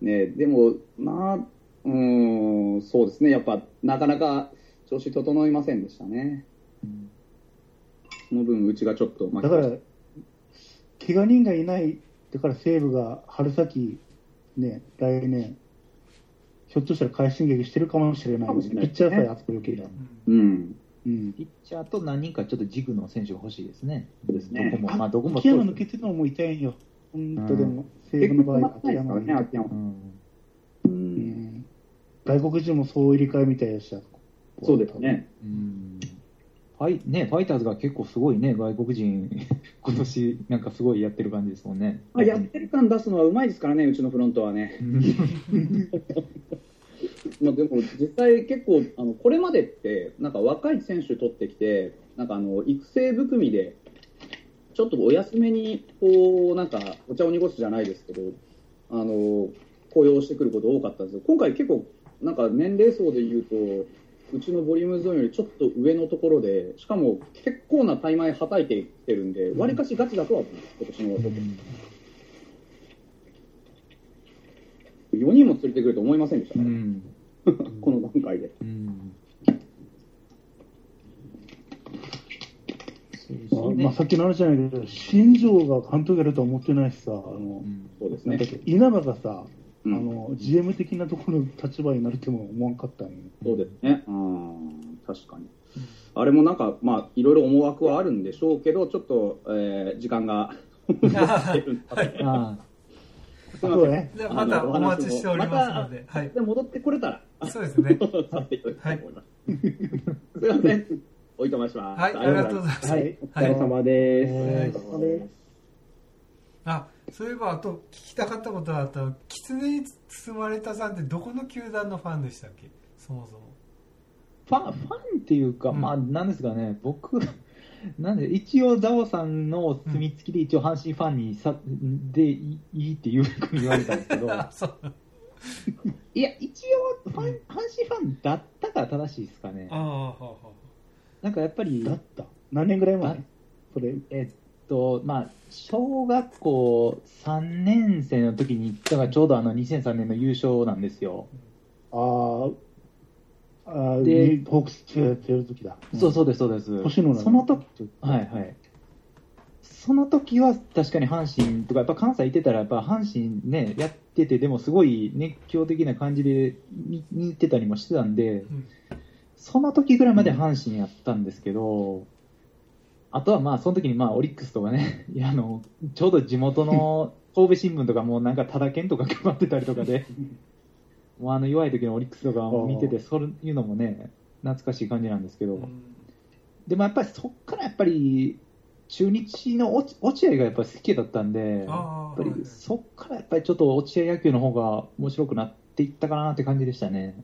Speaker 3: ね、でも、まあ、うーん、そうですね、やっぱなかなか調子整いませんでしたね。その分、うちがちょっと負
Speaker 4: だ
Speaker 3: け
Speaker 4: か
Speaker 3: ま
Speaker 4: ら
Speaker 3: した、
Speaker 4: 怪我人がいない、だから西武が春先、ね、来年、ひょっとしたら快進撃してるかもしれないの
Speaker 3: かも
Speaker 4: で、
Speaker 3: しれな
Speaker 4: ピ
Speaker 3: い
Speaker 4: ッチャーさえあそこよけりゃ。
Speaker 3: うん。
Speaker 4: うん。
Speaker 6: ピッチャーと何人かちょっとジグの選手が欲しいですね。
Speaker 3: ですね
Speaker 6: どこも、まあどこも
Speaker 4: 秋
Speaker 6: そう
Speaker 4: 山
Speaker 6: で
Speaker 4: 抜
Speaker 6: すけ
Speaker 4: け
Speaker 6: ど。
Speaker 4: てるのも痛いよ。本
Speaker 6: う
Speaker 4: 当
Speaker 6: ん
Speaker 4: でも、西武
Speaker 3: 結
Speaker 4: の
Speaker 3: 構
Speaker 4: 場合は
Speaker 3: 困っ
Speaker 4: 秋
Speaker 3: ないです
Speaker 4: 山
Speaker 3: から
Speaker 4: 抜
Speaker 3: ね、
Speaker 4: け
Speaker 3: 秋
Speaker 4: てる
Speaker 3: 山
Speaker 6: う。ん。
Speaker 3: う。
Speaker 4: うんん外国人もそう入れ替えみたいでした。
Speaker 3: そうですね。
Speaker 6: うんファイね、ファイターズが結構すごいね、外国人、 今年なんかすごいやってる感じですもんね。
Speaker 3: まあ、やってる感出すのはうまいですからね、うちのフロントはね。
Speaker 9: まあ、でも
Speaker 3: 実際結構あのこれまでってなんか若い選手取ってきてなんかあの育成含みでちょっとお休めにこうなんかお茶を濁すじゃないですけどあの雇用してくること多かったんですよ今回結構なんか年齢層でいうとうちのボリュームゾーンよりちょっと上のところでしかも結構な大枚はたいてきてるんでわりかしガチだとは思います今年の4人も連れてくると思いませんでした
Speaker 6: う
Speaker 3: ね、
Speaker 6: ん。
Speaker 3: この段階で。
Speaker 6: うん。そうです
Speaker 4: まあ
Speaker 6: ね
Speaker 4: まあ、さっきの話じゃないけど、新庄が監督やるとは思ってないしさ、あの
Speaker 6: う、ん
Speaker 3: そうです
Speaker 4: なん
Speaker 3: ね
Speaker 4: だっけ稲葉がさ、
Speaker 3: うん
Speaker 4: あの、GM 的なところの立場になるとも思わんかったんよ。
Speaker 3: そうですね、うん、確かに。あれもなんか、まあ、いろいろ思惑はあるんでしょうけど、ちょっと、えー時間が。
Speaker 6: ああ
Speaker 3: すいま
Speaker 4: そう
Speaker 3: せん
Speaker 4: ね。
Speaker 2: じゃあまたお待ちしておりますので、はい。
Speaker 3: で戻ってこれたら、
Speaker 2: そうです ね。
Speaker 3: 去っていただきたいと思い ます。すいません。おいとまします。
Speaker 2: はい、ありがとうございます。
Speaker 9: はい、お
Speaker 2: はい
Speaker 9: 疲れ様です。
Speaker 2: はい
Speaker 5: あれ
Speaker 2: あ、そういえば、あと聞きたかったことがあったの、狐に包まれたさんってどこの球団のファンでしたっけそもそも。
Speaker 6: ファン、ファンっていうか、
Speaker 2: うん
Speaker 6: まあ、なんですかね、僕、なんで、一応、ザオさんの住み付きで、一応、阪神ファンにさ、で、いいいいっていうふうに言われたんですけど、
Speaker 2: あ、そう。
Speaker 6: いや、一応、ファン、阪神ファンだったから正しいですかね
Speaker 2: あ。あ、はあは
Speaker 6: なんかやっぱり
Speaker 4: だ、った。何年ぐらい前
Speaker 6: だ
Speaker 4: それ、
Speaker 6: えっと、まあ、小学校3年生の時に、だからちょうどあの2003年の優勝なんですよ。
Speaker 4: あーあー、
Speaker 6: で
Speaker 4: ホークスやってる時だ。
Speaker 6: そうそうです、そうです。
Speaker 4: 星野な
Speaker 6: その時、はいはい。その時は確かに阪神とか、やっぱ関西行ってたら、やっぱ阪神ね、やってて、でもすごい熱狂的な感じで見見てたりもしてたんで、
Speaker 2: ん
Speaker 6: その時ぐらいまで阪神やったんですけど、あとはまあ、その時にまあ、オリックスとかね、 いやあの、ちょうど地元 の神戸新聞とかもうなんか、ただ県とか配ってたりとかで、もうあの弱い時のオリックスとかを見てて、そういうのもね、懐かしい感じなんですけど、
Speaker 2: あうん
Speaker 6: でもやっぱりそこからやっぱり中日の落ち落合がやっぱり好きだったんで、や
Speaker 2: ああ、
Speaker 6: っぱ
Speaker 2: はい
Speaker 6: りそこからやっぱりちょっと落合野球の方が面白くなっていったかなって感じでしたね。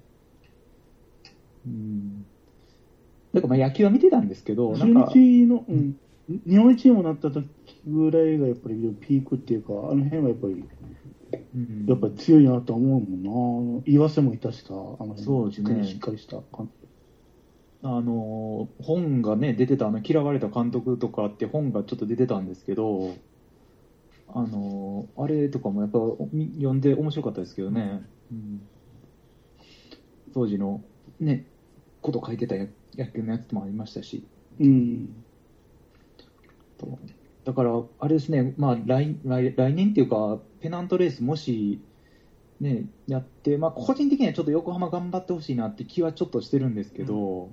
Speaker 6: うん。だからまあ野球は見てたんですけど、な
Speaker 4: 中
Speaker 6: んか、
Speaker 4: 日の、うん、日本一にもなった時ぐらいがやっぱりピークっていうか、あの辺はやっぱり、
Speaker 6: うん
Speaker 4: やっぱり強いなとは思うもんな。岩瀬もいたしさ、あの辺
Speaker 6: そうですね
Speaker 4: しっかりしっかりした感じ。
Speaker 6: あのー本がね出てたあの嫌われた監督とかって本がちょっと出てたんですけど、あのーあれとかもやっぱみ読んで面白かったですけどね、うん当時のねこと書いてたや野球のやつもありましたし
Speaker 4: うん。
Speaker 6: とだからあれですねまあ来来来年っていうかペナントレースもしねやってまあ個人的にはちょっと横浜頑張ってほしいなって気はちょっとしてるんですけど、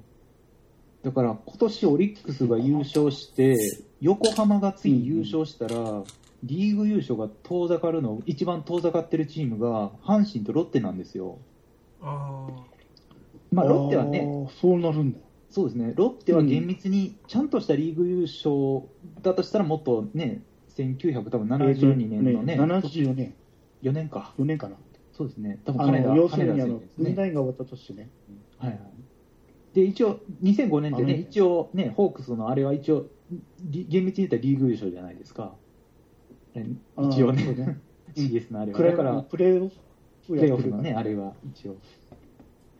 Speaker 6: だから今年オリックスが優勝して横浜が次優勝したら、リーグ優勝が遠ざかるの一番遠ざかってるチームが阪神とロッテなんですよ。
Speaker 2: あ
Speaker 6: まあ、ロッテはね
Speaker 4: あーそうなるんだ。
Speaker 6: そうですね、ロッテは厳密にちゃんとしたリーグ優勝だとしたら、もっとね、1972年のね、
Speaker 4: 74年。
Speaker 6: 4年か、
Speaker 4: 4年かな。
Speaker 6: そうですね、多分
Speaker 4: あ
Speaker 6: 金田
Speaker 4: の、要するにあ
Speaker 6: 金
Speaker 4: の
Speaker 6: 田、選手です
Speaker 4: 文
Speaker 6: ね。
Speaker 4: 代が終わった年ね。
Speaker 6: はいはいで一応、2005年ってね、
Speaker 4: あの
Speaker 6: 一応ね、ホークスのあれは一応、り厳密に言ったらリーグ優勝じゃないですか、え
Speaker 4: あー
Speaker 6: 一応ね
Speaker 4: そうね
Speaker 6: CS のあれは。
Speaker 4: クレー
Speaker 6: だから
Speaker 4: プレーオフ
Speaker 6: プ
Speaker 4: や
Speaker 6: レー
Speaker 4: っ
Speaker 6: オ
Speaker 4: て
Speaker 6: フ
Speaker 4: るか
Speaker 6: の
Speaker 4: ら
Speaker 6: ね、あれは一応。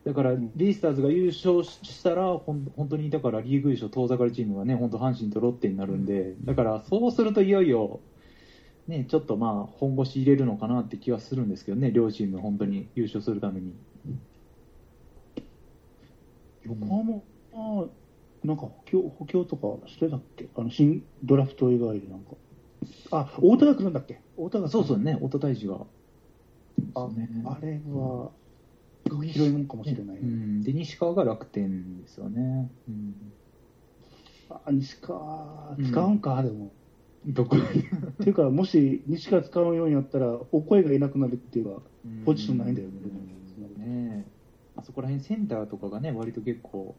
Speaker 6: だから、
Speaker 4: ん
Speaker 6: ベイスターズが優勝したら、ほん本当にだからリーグ優勝遠ざかるチームがね、本当、阪神とロッテになるんで、だからそうするといよいよ、ね、ちょっとまあ、本腰入れるのかなって気はするんですけどね、両チーム、本当に優勝するために。
Speaker 4: 横浜は、なんか補強補強とかしてたっけあの新ドラフト以外でなんか。あ、太田が来るんだっけ太田が来る
Speaker 6: そうそうね、おとたいじが。
Speaker 4: あ
Speaker 6: ね
Speaker 4: あれは、比較的広いもんかもしれない。
Speaker 6: うん、で、西川が楽天ですよね。うん、
Speaker 4: あ西川、使うんか、でも。
Speaker 6: どこ
Speaker 4: っていうか、もし西川使うようになったら、お声がいなくなるっていうか、ポジションないんだよね
Speaker 6: うんねえあそこら辺センターとかがね、割と結構、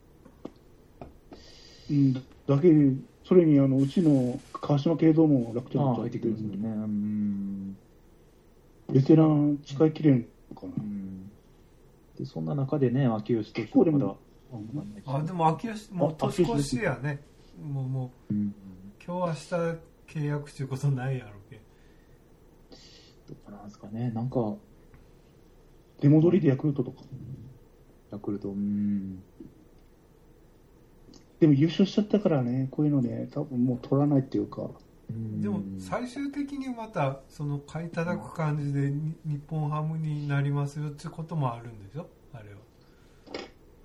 Speaker 4: うん、だけで、それにあのうちの川島慶三も楽天
Speaker 6: あ
Speaker 4: に
Speaker 6: あ
Speaker 4: 入
Speaker 6: 入
Speaker 4: っ
Speaker 6: ってて
Speaker 4: く
Speaker 6: く
Speaker 4: る
Speaker 6: る
Speaker 4: ん
Speaker 6: ん
Speaker 4: で
Speaker 6: ですす
Speaker 4: よベテ
Speaker 6: よね。うん
Speaker 4: ラン使い切れんのかな。
Speaker 6: うんでそんな中でね、秋吉と
Speaker 4: 結構でも
Speaker 6: まだ
Speaker 2: あでも秋吉もう年越しやねもうもう
Speaker 6: うん
Speaker 2: 今日明日契約ちゅうことないやろけ
Speaker 6: どうなんですかね、なんか、
Speaker 4: 出戻りでヤクルトとか。
Speaker 6: ヤクルト、うん、
Speaker 4: でも優勝しちゃったからね、こういうのね、多分もう取らないっていうか、
Speaker 6: うん
Speaker 2: でも最終的にまたその買い叩く感じでに日本ハムになりますよっていうこともあるんでしょあれは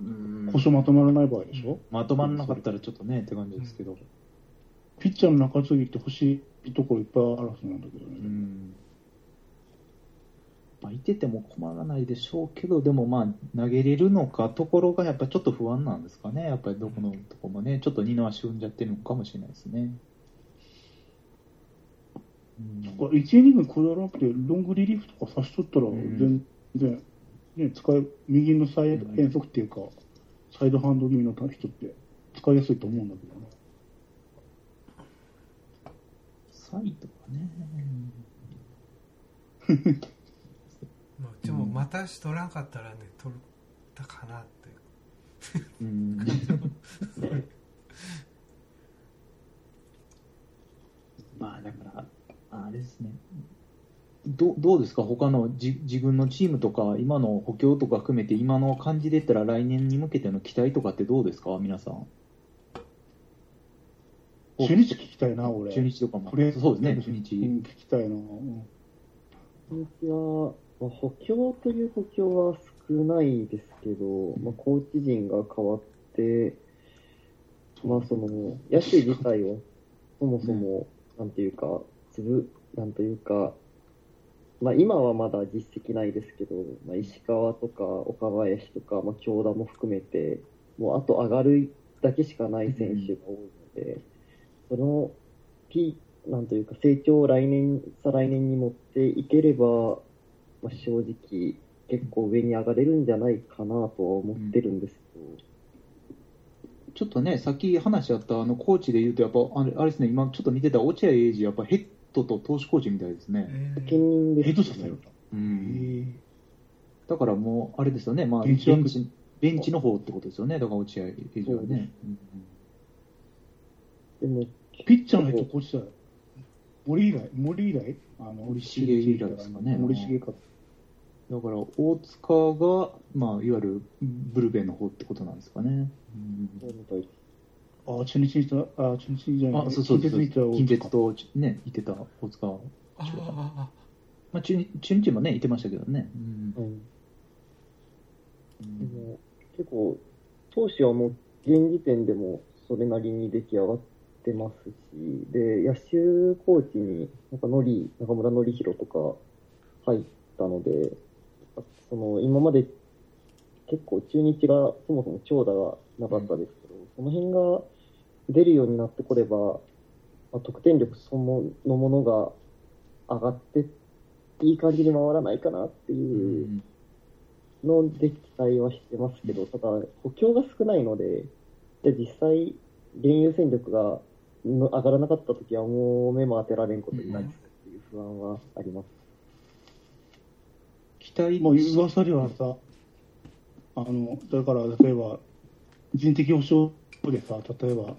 Speaker 6: うん
Speaker 4: 故障まとまらない場合でしょ。
Speaker 6: まとまらなかったらちょっとねって感じですけど、
Speaker 4: ピッチャーの中継ぎって欲しいところいっぱいあるはずなんだけど
Speaker 6: う
Speaker 4: ね。
Speaker 6: んまあ、いてても困らないでしょうけど、でもまあ投げれるのかところがやっぱちょっと不安なんですかね、やっぱりどこのとこもね、ちょっと二の足踏んじゃってるのかもしれないですね。うん
Speaker 4: これ1イニングくだらなくて、ロングリリーフとかさしとったら、全然、ね、使い、右のサイド変速っていうか、サイドハンド気味の人って、使いやすいと思うんだけどね。
Speaker 6: サイドがね、
Speaker 2: まあうちもまたし取らんかったらね取ったかなっていう
Speaker 6: うん、まあだから、あれですね、どどうですか、他のじ自分のチームとか、今の補強とか含めて、今の感じで言ったら、来年に向けての期待とかってどうですか、皆さん。
Speaker 4: 中日聞きたいな、俺。
Speaker 6: 中日とかも、
Speaker 4: とりあえず
Speaker 6: そうですね、中
Speaker 4: う
Speaker 6: 日。
Speaker 4: ん、聞きたいな。うん
Speaker 5: 今季は、まあ、補強という補強は少ないですけど、まあ、コーチ陣が変わって、まあ、その、野手自体を、そもそも、なんていうか、つぶ、なんというか、まあ、今はまだ実績ないですけど、まあ、石川とか岡林とか、まあ、京田も含めて、もうあと上がるだけしかない選手が多いので、その、ピなんというか、成長を来年、再来年に持っていければ、まあ、正直、結構上に上がれるんじゃないかなとは思ってるんですけど、
Speaker 6: ちょっとね、さっき話しあったあのコーチで言うと、やっぱあれあれですね、今ちょっと見てた落合英二、やっぱヘッドと投手コーチみたいですね。
Speaker 2: え
Speaker 5: 責任で
Speaker 4: ヘ
Speaker 5: す
Speaker 4: ッドさせられた。
Speaker 6: うん
Speaker 4: へえ
Speaker 6: だからもう、あれですよね、まあ、
Speaker 4: ベ
Speaker 6: ベ
Speaker 4: ン
Speaker 6: ン
Speaker 4: チワーク
Speaker 6: チベンチの方ってことですよね、だから落合以上はね。
Speaker 5: でも、
Speaker 4: ピッチャーの人、こっちだよ。森以来森以来あの、
Speaker 6: 森重以来ですかね
Speaker 4: 森重か。
Speaker 6: だから、大塚が、まあ、いわゆるブルペンの方ってことなんですかね。
Speaker 5: そうみたい
Speaker 4: あ、中日にいた、あ、中日じゃない。
Speaker 6: あ、そうそうそう
Speaker 4: 近鉄にいた大塚
Speaker 6: 近鉄と、ね、いてた大塚、ま
Speaker 2: あああ
Speaker 6: あ、中日中日もね、いてましたけどね。うん
Speaker 5: な。うんでも、結構、投手はもう、現時点でも、それなりに出来上がってますし、で、野手コーチに、なんか、のり、中村のりひろとか入ったので、その、今まで、結構、中日が、そもそも長打がなかったですけど、その辺が出るようになってこれば、まあ、得点力そののものが上がって、いい感じに回らないかなっていうので期待はしてますけど、ただ、補強が少ないので、じゃあ実際、現有戦力がの上がらなかったときは、もう目も当てられんことになりそうという不安はあります。
Speaker 6: 期待
Speaker 4: もう噂ではさ、あの、だから例えば、人的保障でさ、例えば、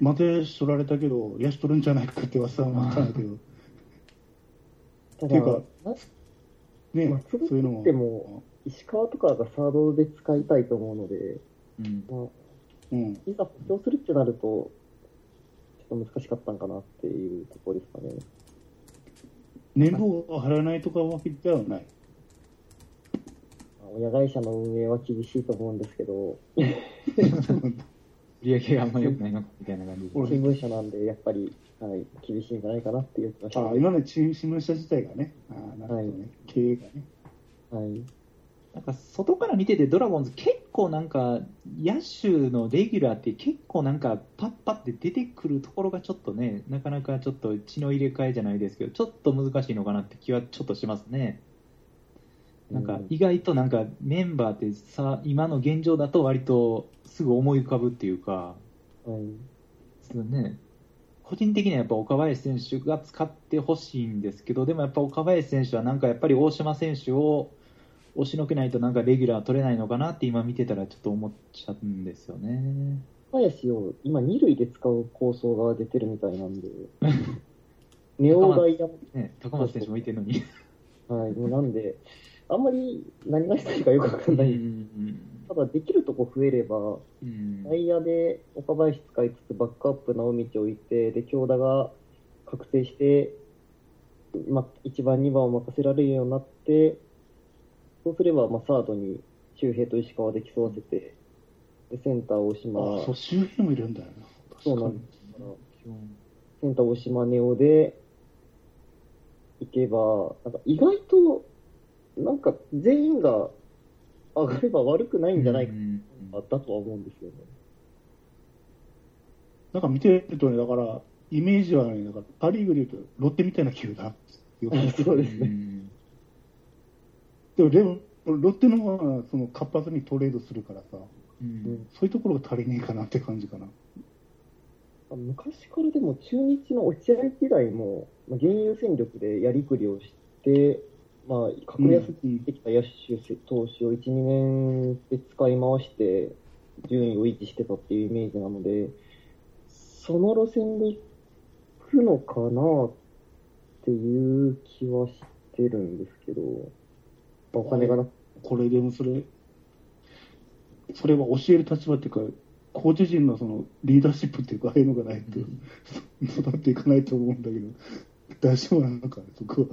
Speaker 4: またヤシ取られたけど、ヤシ取るんじゃないかって噂もあったんだけど、
Speaker 5: た
Speaker 4: てい
Speaker 5: だ
Speaker 4: うか、
Speaker 5: な
Speaker 4: ね、
Speaker 5: まあ
Speaker 4: そういうのも。
Speaker 5: でも石川とかがサードで使いたいと思うので、
Speaker 6: うん
Speaker 5: ま
Speaker 4: うん。
Speaker 5: あ、いざ補強するってなると、ちょっと難しかったんかなっていうところですかね。
Speaker 4: 年俸が払えないとかわけではない。
Speaker 5: まあ親会社の運営は厳しいと思うんですけど、
Speaker 6: 売り上げがあんまり良くないのかみたいな感じで。
Speaker 5: 新聞社なんで、やっぱり、はい、厳しいんじゃないかなっていう気がしま
Speaker 4: あ
Speaker 5: す。
Speaker 4: 今の新聞社自体がね、あなるほどね、経営がね。
Speaker 5: はい
Speaker 6: なんか外から見ててドラゴンズ結構なんか野手のレギュラーって結構なんかパッパって出てくるところがちょっとねなかなかちょっと血の入れ替えじゃないですけどちょっと難しいのかなって気はちょっとしますね。なんか意外となんかメンバーってさ今の現状だと割とすぐ思い浮かぶっていうか、そうね、個人的にはやっぱ岡林選手が使ってほしいんですけどでもやっぱ岡林選手はなんかやっぱり大島選手を押しのけないとなんかレギュラー取れないのかなって今見てたらちょっと思っちゃうんですよね。
Speaker 5: 林を今、二塁で使う構想が出てるみたいなん で、ネオ外野、
Speaker 6: ね、高松選手もいてるのに。
Speaker 5: はい、もうなんで、あんまり何がしたいかよくわかんない、
Speaker 6: うん
Speaker 5: ただできるとこ増えれば、
Speaker 6: うん
Speaker 5: 外野で岡林使いつつ、バックアップ直道置いて、で、京田が覚醒して、ま、1番、2番を任せられるようになって、そうすれば、ま、サードに周平と石川で競わせて、で、センター大島、
Speaker 4: あ、そう、周辺もいるんだよな。
Speaker 5: そうなんですよセンター大島ネオで行けば、なんか意外と、なんか全員が上がれば悪くないんじゃないか
Speaker 6: うん
Speaker 5: だとは思うんですよね。
Speaker 4: なんか見てるとね、だから、イメージはね、だから、パ・リーグで言うと、ロッテみたいな球団。
Speaker 5: そうですね。
Speaker 4: でも、でも、ロッテの方が、その、活発にトレードするからさ、
Speaker 6: うん
Speaker 4: そういうところが足りねえかなって感じかな。
Speaker 5: 昔からでも中日の落合時代も、まあ、現有戦力でやりくりをして、まあ、格安できた野手投手を1、2年で使い回して、順位を維持してたっていうイメージなので、その路線で行くのかなっていう気はしてるんですけど、まあお金がなく
Speaker 4: これでもそれ、それは教える立場っていうか、コーチ陣のそのリーダーシップっていうか、ああいうのがないと、育っていかないと思うんだけど、大丈夫なのかね、そこは。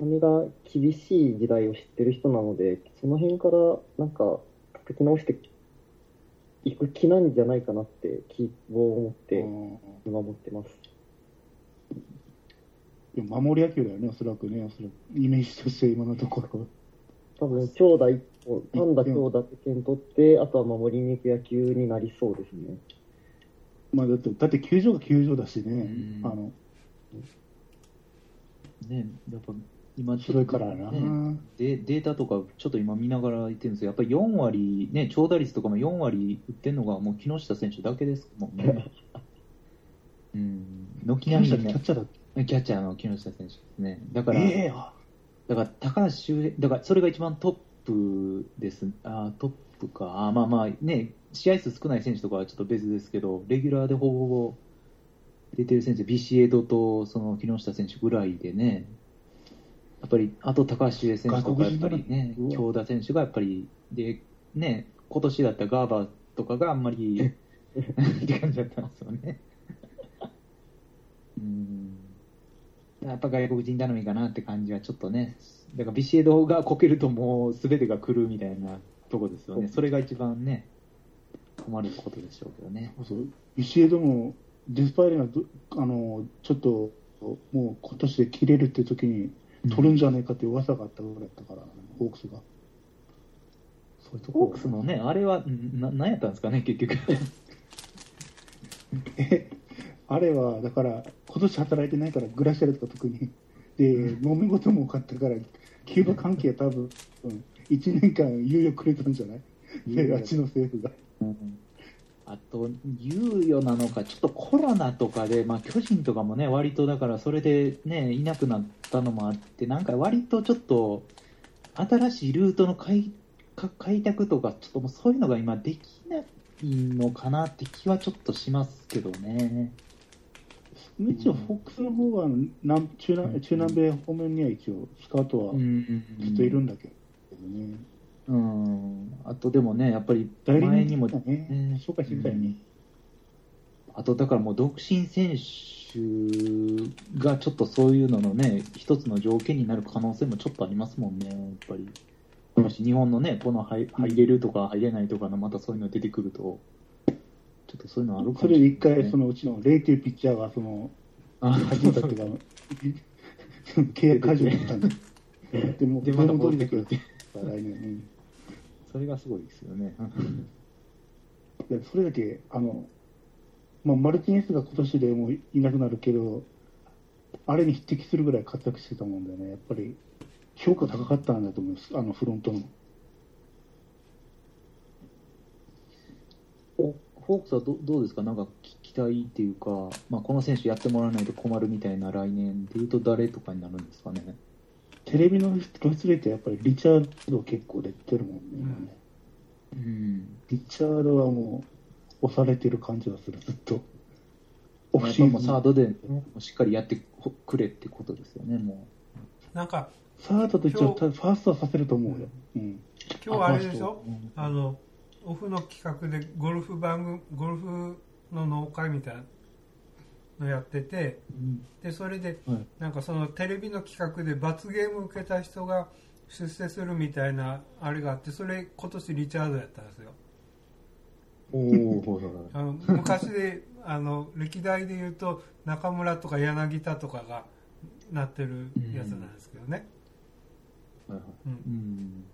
Speaker 5: お金が厳しい時代を知ってる人なので、その辺からなんか叩き直していく気なんじゃないかなって希望を持って
Speaker 4: う
Speaker 5: 見守ってます。
Speaker 4: んでも守り野球だよね、おそらくね、おそらくイメージとして今のところ。
Speaker 5: 多分、長打一本、単打長打って点取って、あとは守りに行く野球になりそうですね。
Speaker 4: まあ、だって、だって球場が球場だしね、
Speaker 6: うん
Speaker 4: あの、
Speaker 6: ね、やっぱ今ち
Speaker 4: そ
Speaker 6: ょ
Speaker 4: れ
Speaker 6: っと
Speaker 4: からな。
Speaker 6: ねでデータとかちょっと今見ながら言ってるんですけど、やっぱり4割、ね、長打率とかも4割打ってるのがもう木下選手だけですもんね。うん、軒
Speaker 4: キャッ
Speaker 6: 並
Speaker 4: チャ
Speaker 6: み
Speaker 4: ー、キャッチャ
Speaker 6: ね、
Speaker 4: ーだっ
Speaker 6: キャッチャーの木下選手ですね。だか
Speaker 4: け
Speaker 6: ら、
Speaker 4: ええあ
Speaker 6: だから高橋周平、だからそれが一番トップです、あートップか、あーまあまあね、試合数少ない選手とかはちょっと別ですけど、レギュラーでほぼほぼ出てる選手、ビシエドとその木下選手ぐらいでね、やっぱりあと高橋周平選手とか、やっぱりね
Speaker 4: 外国人だ、な
Speaker 6: 京田選手がやっぱり、でね今年だったらガーバーとかがあんまり って感じだったんですよね。 うんやっぱ外国人頼みかなって感じはちょっとね、だからビシエドがこけるともうすべてが狂うみたいなとこですよね、それが一番ね、困ることでしょうけどね。
Speaker 4: そうビシエドもデスパイレがどあのちょっともう今年で切れるって時に取るんじゃないかって噂があったぐらいだったから、ホークスがそういうと
Speaker 6: ホ
Speaker 4: こ
Speaker 6: ークスもね、あれはんななんやったんですかね、結局。
Speaker 4: あれはだから今年働いてないからグラシアルとか特にで揉め事も多かったからキューバ関係は多分、うん、1年間猶予くれたんじゃないであっちの政府が
Speaker 6: あと、猶予なのか、ちょっとコロナとかで、まあ、巨人とかもね、割とだから、それでね、いなくなったのもあって、なんか割とちょっと、新しいルートの開か開拓とか、ちょっともうそういうのが今、できないのかなって気はちょっとしますけどね。
Speaker 4: 一応ホークスの方は南中南中南米方面には一応スカウトはずっといるんだけどね、
Speaker 6: うん。あと、でもね、やっぱり、
Speaker 4: 代理
Speaker 6: 前
Speaker 4: 人
Speaker 6: にも
Speaker 4: だね、紹介してみたいね。
Speaker 6: あと、だからもう独身選手がちょっとそういうののね、一つの条件になる可能性もちょっとありますもんね、やっぱり。もし日本のね、この入入れるとか入れないとかのまたそういうの出てくると、ちょっとそういうのあるかもし
Speaker 4: そ
Speaker 6: れ
Speaker 4: れ
Speaker 6: な
Speaker 4: で
Speaker 6: い、ね。
Speaker 4: 一回、そのうちのレイというピッチャーが、その、
Speaker 6: あ
Speaker 4: 始めたって いうか、契約解除になったんで。でも、
Speaker 6: で、また
Speaker 4: 戻
Speaker 6: 戻
Speaker 4: り
Speaker 6: って
Speaker 4: だ
Speaker 6: く
Speaker 4: け
Speaker 6: るっ
Speaker 4: ど、
Speaker 6: て。
Speaker 4: から、来年。うん
Speaker 6: それがすごいです よね。
Speaker 4: いやそれだけ、あの、まあ、マルティネスが今年でもういなくなるけど、あれに匹敵するぐらい活躍してたもんだよね、やっぱり、評価高かったんだと思います、あのフロントの。
Speaker 6: フォークスはどどうですか、なんかき期待っていうか、まあ、この選手やってもらわないと困るみたいな来年でいうと、誰とかになるんですかね。
Speaker 4: テレビの露出率ってやっぱりリチャード結構出てるもんね、今ね
Speaker 6: うん、
Speaker 4: リチャードはもう、押されてる感じがする、ずっと。オ
Speaker 6: オ
Speaker 4: フ
Speaker 6: フ
Speaker 4: シ
Speaker 6: シ
Speaker 4: ー
Speaker 6: ー
Speaker 4: ズン
Speaker 6: サードでしっかりやってくれってことですよね、も
Speaker 2: なんか、
Speaker 4: サードと一応、たファーストはさせると思うよ。うん。
Speaker 6: う。
Speaker 2: 今日はあれでしょ
Speaker 6: うん
Speaker 2: あの、オフの企画でゴルフ番組、ゴルフの農会みたいなのやってて、
Speaker 6: うん
Speaker 2: で、それで
Speaker 6: はい、
Speaker 2: なんかそのテレビの企画で罰ゲーム受けた人が出世するみたいなあれがあって、それ今年リチャードやったんですよ。
Speaker 6: おー
Speaker 2: あの昔であの歴代で言うと中村とか柳田とかがなってるやつなんですけどね、
Speaker 6: はいはい
Speaker 2: うん
Speaker 6: うん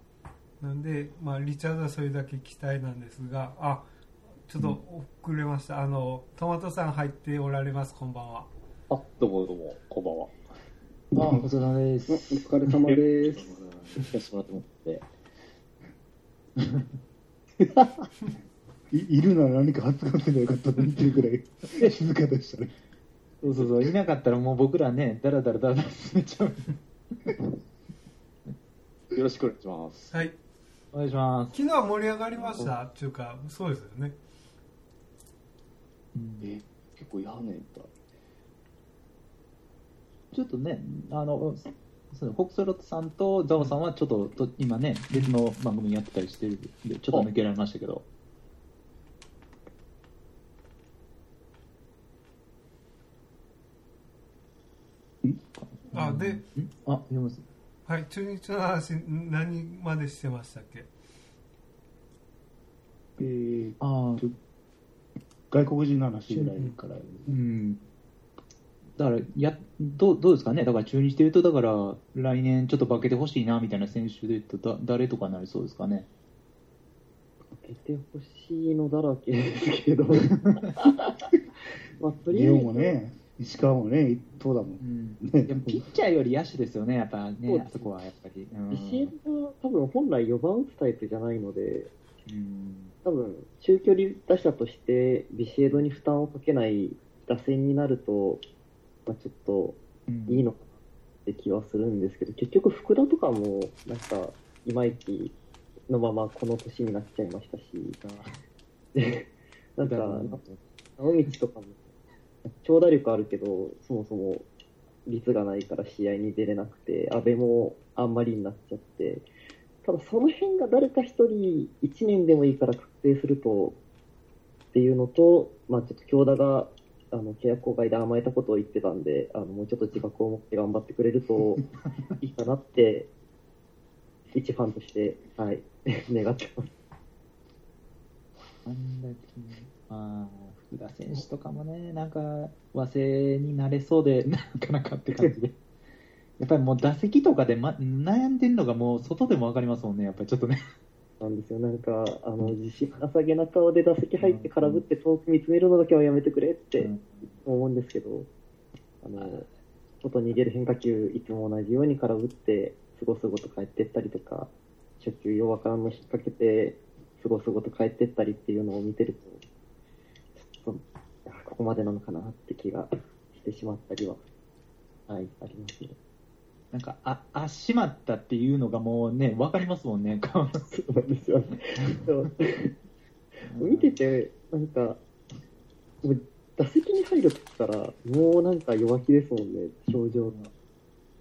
Speaker 2: なんで、まあ、リチャードはそれだけ期待なんですがあちょっと遅れました、あのトマトさん入っておられますこんばんは
Speaker 7: あ、どうもどうも、こんばんは。
Speaker 6: あ、お疲れ様です
Speaker 9: お。疲れ様です。
Speaker 7: やしてもらってもらって。
Speaker 4: いいるなら何か発言すればよかったのにっていうぐ らい静かでしたね。
Speaker 6: そうそうそう、いなかったらもう僕らね、だらだらだらだら進めちゃう。
Speaker 7: よろしくお願いします。
Speaker 2: はい
Speaker 6: お願いします。
Speaker 2: 昨日は盛り上がりましたっていうかそうですよね
Speaker 7: え、結構屋根だ。
Speaker 6: ちょっとね、あの、そうホクソロットさんとザオさんはちょっとと今ね、別の番組やってたりしてるんで、ちょっと抜けられましたけど。
Speaker 2: あで、
Speaker 6: んあ、読みます。
Speaker 2: はい中日の話何までしてましたっけ
Speaker 4: えー、
Speaker 6: あー
Speaker 4: 外国人の話ぐらいから。
Speaker 6: うんだからやどう、どうですかね、だから中日でいうと、だから来年ちょっと化けてほしいなみたいな選手でいうと、だ誰とかになりそうですかね。
Speaker 5: 出てほしいのだらけですけど。まあ、とり
Speaker 4: リ
Speaker 5: あ
Speaker 4: オ
Speaker 5: え
Speaker 4: も
Speaker 5: ず、
Speaker 4: ね、石川もね、一等だもん。
Speaker 6: うん、
Speaker 4: ね
Speaker 6: でもピッチャーより野手ですよね、やっぱ
Speaker 5: そう
Speaker 6: ね、
Speaker 5: です
Speaker 6: あそこはやっぱり。うん
Speaker 5: 石井は多分本来4番打つタイプじゃないので、
Speaker 6: うん
Speaker 5: 多分中距離打者としてビシエドに負担をかけない打線になると、まあ、ちょっといいのかなって気はするんですけど、結局福田とかもなんかいまいちのままこの年になっちゃいましたし、でなんか直道とかも長打力あるけどそもそも率がないから試合に出れなくて阿部もあんまりになっちゃってただその辺が誰か一人1年でもいいから確定するとっていうのと、まあ、ちょっと京田があの契約更改で甘えたことを言ってたんであのもうちょっと自覚を持って頑張ってくれるといいかなって一ファンとして、はい、願ってます。
Speaker 6: あんだけまあ、福田選手とかもね、なんか和製になれそうで、なかなかって感じで、 やっぱりもう打席とかで、ま、悩んでるのが、もう外でも分かりますもんね、やっぱりちょっとね。
Speaker 5: なんですよ、なんか、あの、自信なさげな顔で打席入って空振って遠く見つめるのだけはやめてくれって
Speaker 6: うん
Speaker 5: 思うんですけど、あの、外に逃げる変化球、いつも同じように空振って、すごすごと帰ってったりとか、初球弱からの引っ掛けて、すごすごと帰ってったりっていうのを見てると、ちょっと、あここまでなのかなって気がしてしまったりは、はい、ありますね。
Speaker 6: なんか、あ、あ、しまったっていうのがもうね、分かりますもんね、顔
Speaker 5: そうなんですよ ね。そう 見てて、なんか、もう打席に入るって言ったら、もうなんか弱気ですもんね、表情が。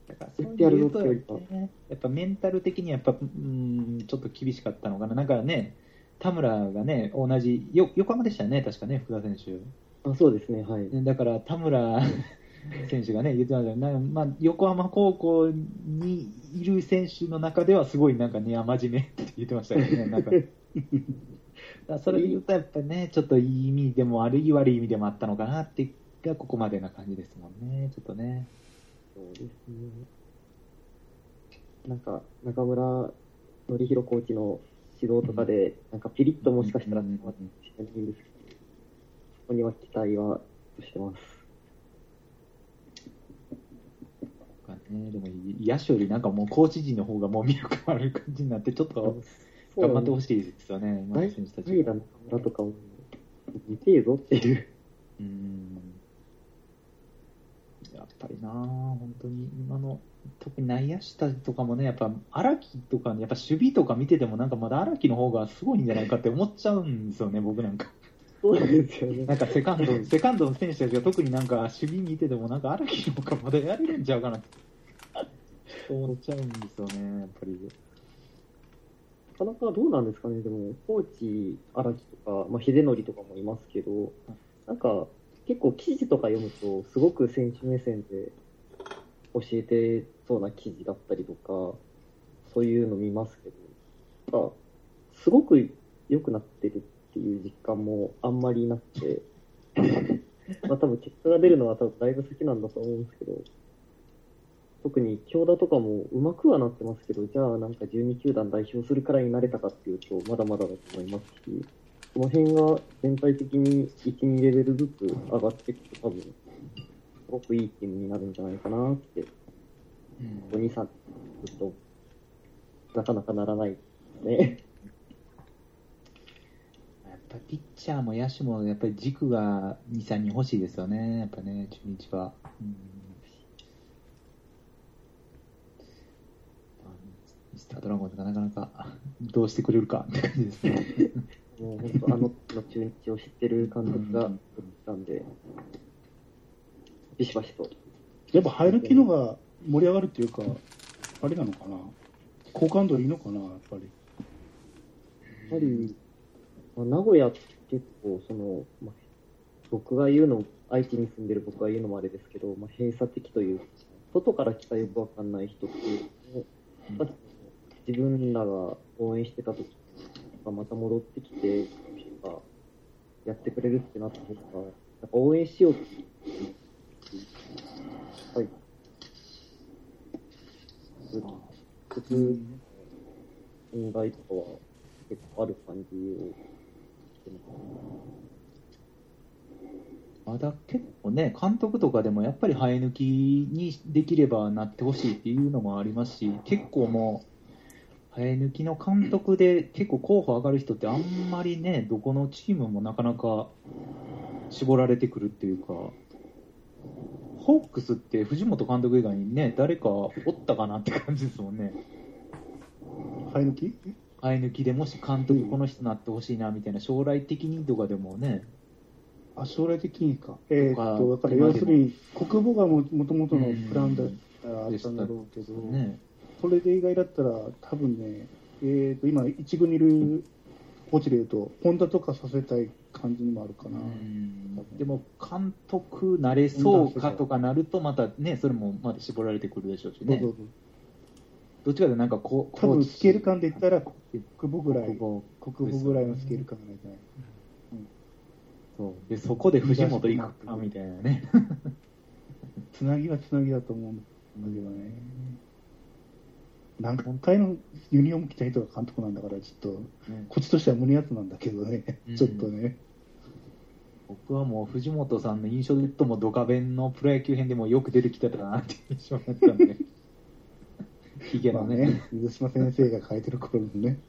Speaker 6: だから
Speaker 5: そういうのってよりか
Speaker 6: やっぱメンタル的にやっぱ、うん、ちょっと厳しかったのかな。なんかね、田村がね、同じ、よ横浜でしたよね、確かね、福田選手。
Speaker 5: あそうですね、はい。
Speaker 6: ねだから田 村選手がね、言ってましたけどなんかまあ、横浜高校にいる選手の中ではすごいなんかね、真面目って言ってましたけどね、 なんか。だからそれで言うとやっぱね、ちょっといい意味でも悪い悪い意味でもあったのかなってがここまでな感じですもんね、ちょっとね。
Speaker 5: そうですね。なんか、中村のりひろコーチの指導とかで、なんかピリッともしかしたら変わってしまうんですけど、そこには期待はしてます。
Speaker 6: なんかね、でも野手よりなんかもうコーチ陣の方がもう魅力ある感じになってちょっと頑張ってほしいですよね、
Speaker 5: 大
Speaker 6: 選手た
Speaker 5: 好き
Speaker 6: ち
Speaker 5: だな、村とかも、見てえぞっていう。
Speaker 6: うんやっぱりなあ、本当に今の特に内野手たちとかもね、やっぱ荒木とかね、やっぱ守備とか見ててもなんかまだ荒木の方がすごいんじゃないかって思っちゃうんですよね、僕なんか。
Speaker 5: そうなんですよね。
Speaker 6: なんかセカンド、セカンドの選手たちが特になんか守備見てても、なんか荒木の方がまだやれるんちゃうかなって思っちゃうんですよね、やっぱり。
Speaker 5: なかなかどうなんですかね、でも、コーチ、荒木とか、まあ、秀則とかもいますけど、なんか、結構記事とか読むと、すごく選手目線で教えてそうな記事だったりとか、そういうの見ますけど、なんか、すごく良くなってるっていう実感もあんまりなくて、まあ多分結果が出るのは多分だいぶ先なんだと思うんですけど、特に京田とかもうまくはなってますけど、じゃあなんか12球団代表するくらいになれたかっていうと、まだまだだと思いますし、この辺が全体的に1、2レベルずつ上がっていくと多分、すごくいいチームになるんじゃないかなって、ここ2、3ずっと、なかなかならないですね。
Speaker 6: やっぱピッチャーも野手もやっぱり軸が2、3人欲しいですよね、やっぱね、中日は。うんミスタードラゴンズがなかなか どうしてくれるかって感じですね。
Speaker 5: もう本当、あの時の中日を知ってる監督が、なんで、ビシバシと。
Speaker 4: やっぱ入る機能が盛り上がるっていうか、あれなのかな、好感度いいのかな、やっぱり。
Speaker 5: やっぱり、まあ、名古屋って結構その、まあ、僕が言うの愛知に住んでる僕が言うのもあれですけど、まあ、閉鎖的というか外から来たよくわかんない人っていうのをやっぱ自分らが応援してた時がまた戻ってきてなんかやってくれるってなった時がやっぱ応援しようってはい普通問題とかは結構ある感じをしてます
Speaker 6: まだ結構ね、監督とかでもやっぱり生え抜きにできればなってほしいっていうのもありますし、結構もう、生え抜きの監督で結構候補上がる人ってあんまりね、どこのチームもなかなか絞られてくるっていうか、ホークスって藤本監督以外にね、誰かおったかなって感じですもんね。
Speaker 4: 生え抜き
Speaker 6: 生え抜きでもし監督この人なってほしいなみたいな将来的にとかでもね、
Speaker 4: あ将来的にか。えーっと、だ
Speaker 6: とか
Speaker 4: から要するに、国母がももともとのプランだったらあ
Speaker 6: で
Speaker 4: っ
Speaker 6: した
Speaker 4: んだろうけど、
Speaker 6: ね。
Speaker 4: これで以外だったら、多分ね、えーっと、今、一軍にいるコーチでいうと、ホンダとかさせたい感じにもあるかな。
Speaker 6: でも監督なれそうかとかなるとまたねそれもまた絞られてくるでしょうし
Speaker 4: どう
Speaker 6: ね
Speaker 4: ぞどうぞ
Speaker 6: どっちかでなんかこう
Speaker 4: 多
Speaker 6: こう
Speaker 4: 分スケール感で言ったら、国母ぐらい、
Speaker 6: 国母
Speaker 4: 国母ぐらいのスケール感がいない。
Speaker 6: そうでそこで藤本行くかみたいなね
Speaker 4: つなぎはつなぎだと思うんだけどね。何回のユニフォーム着た人が監督なんだから、ちょっと、
Speaker 6: うん
Speaker 4: こっちとしては胸やつなんだけどね、
Speaker 6: うん
Speaker 4: ちょっとね。
Speaker 6: 僕はもう藤本さんの印象で言うともドカベンのプロ野球編でもよく出てきてたなっていう 印象だったんでヒゲ
Speaker 4: ま
Speaker 6: の
Speaker 4: あ
Speaker 6: ね
Speaker 4: ね、水島先生が書いてる頃のね、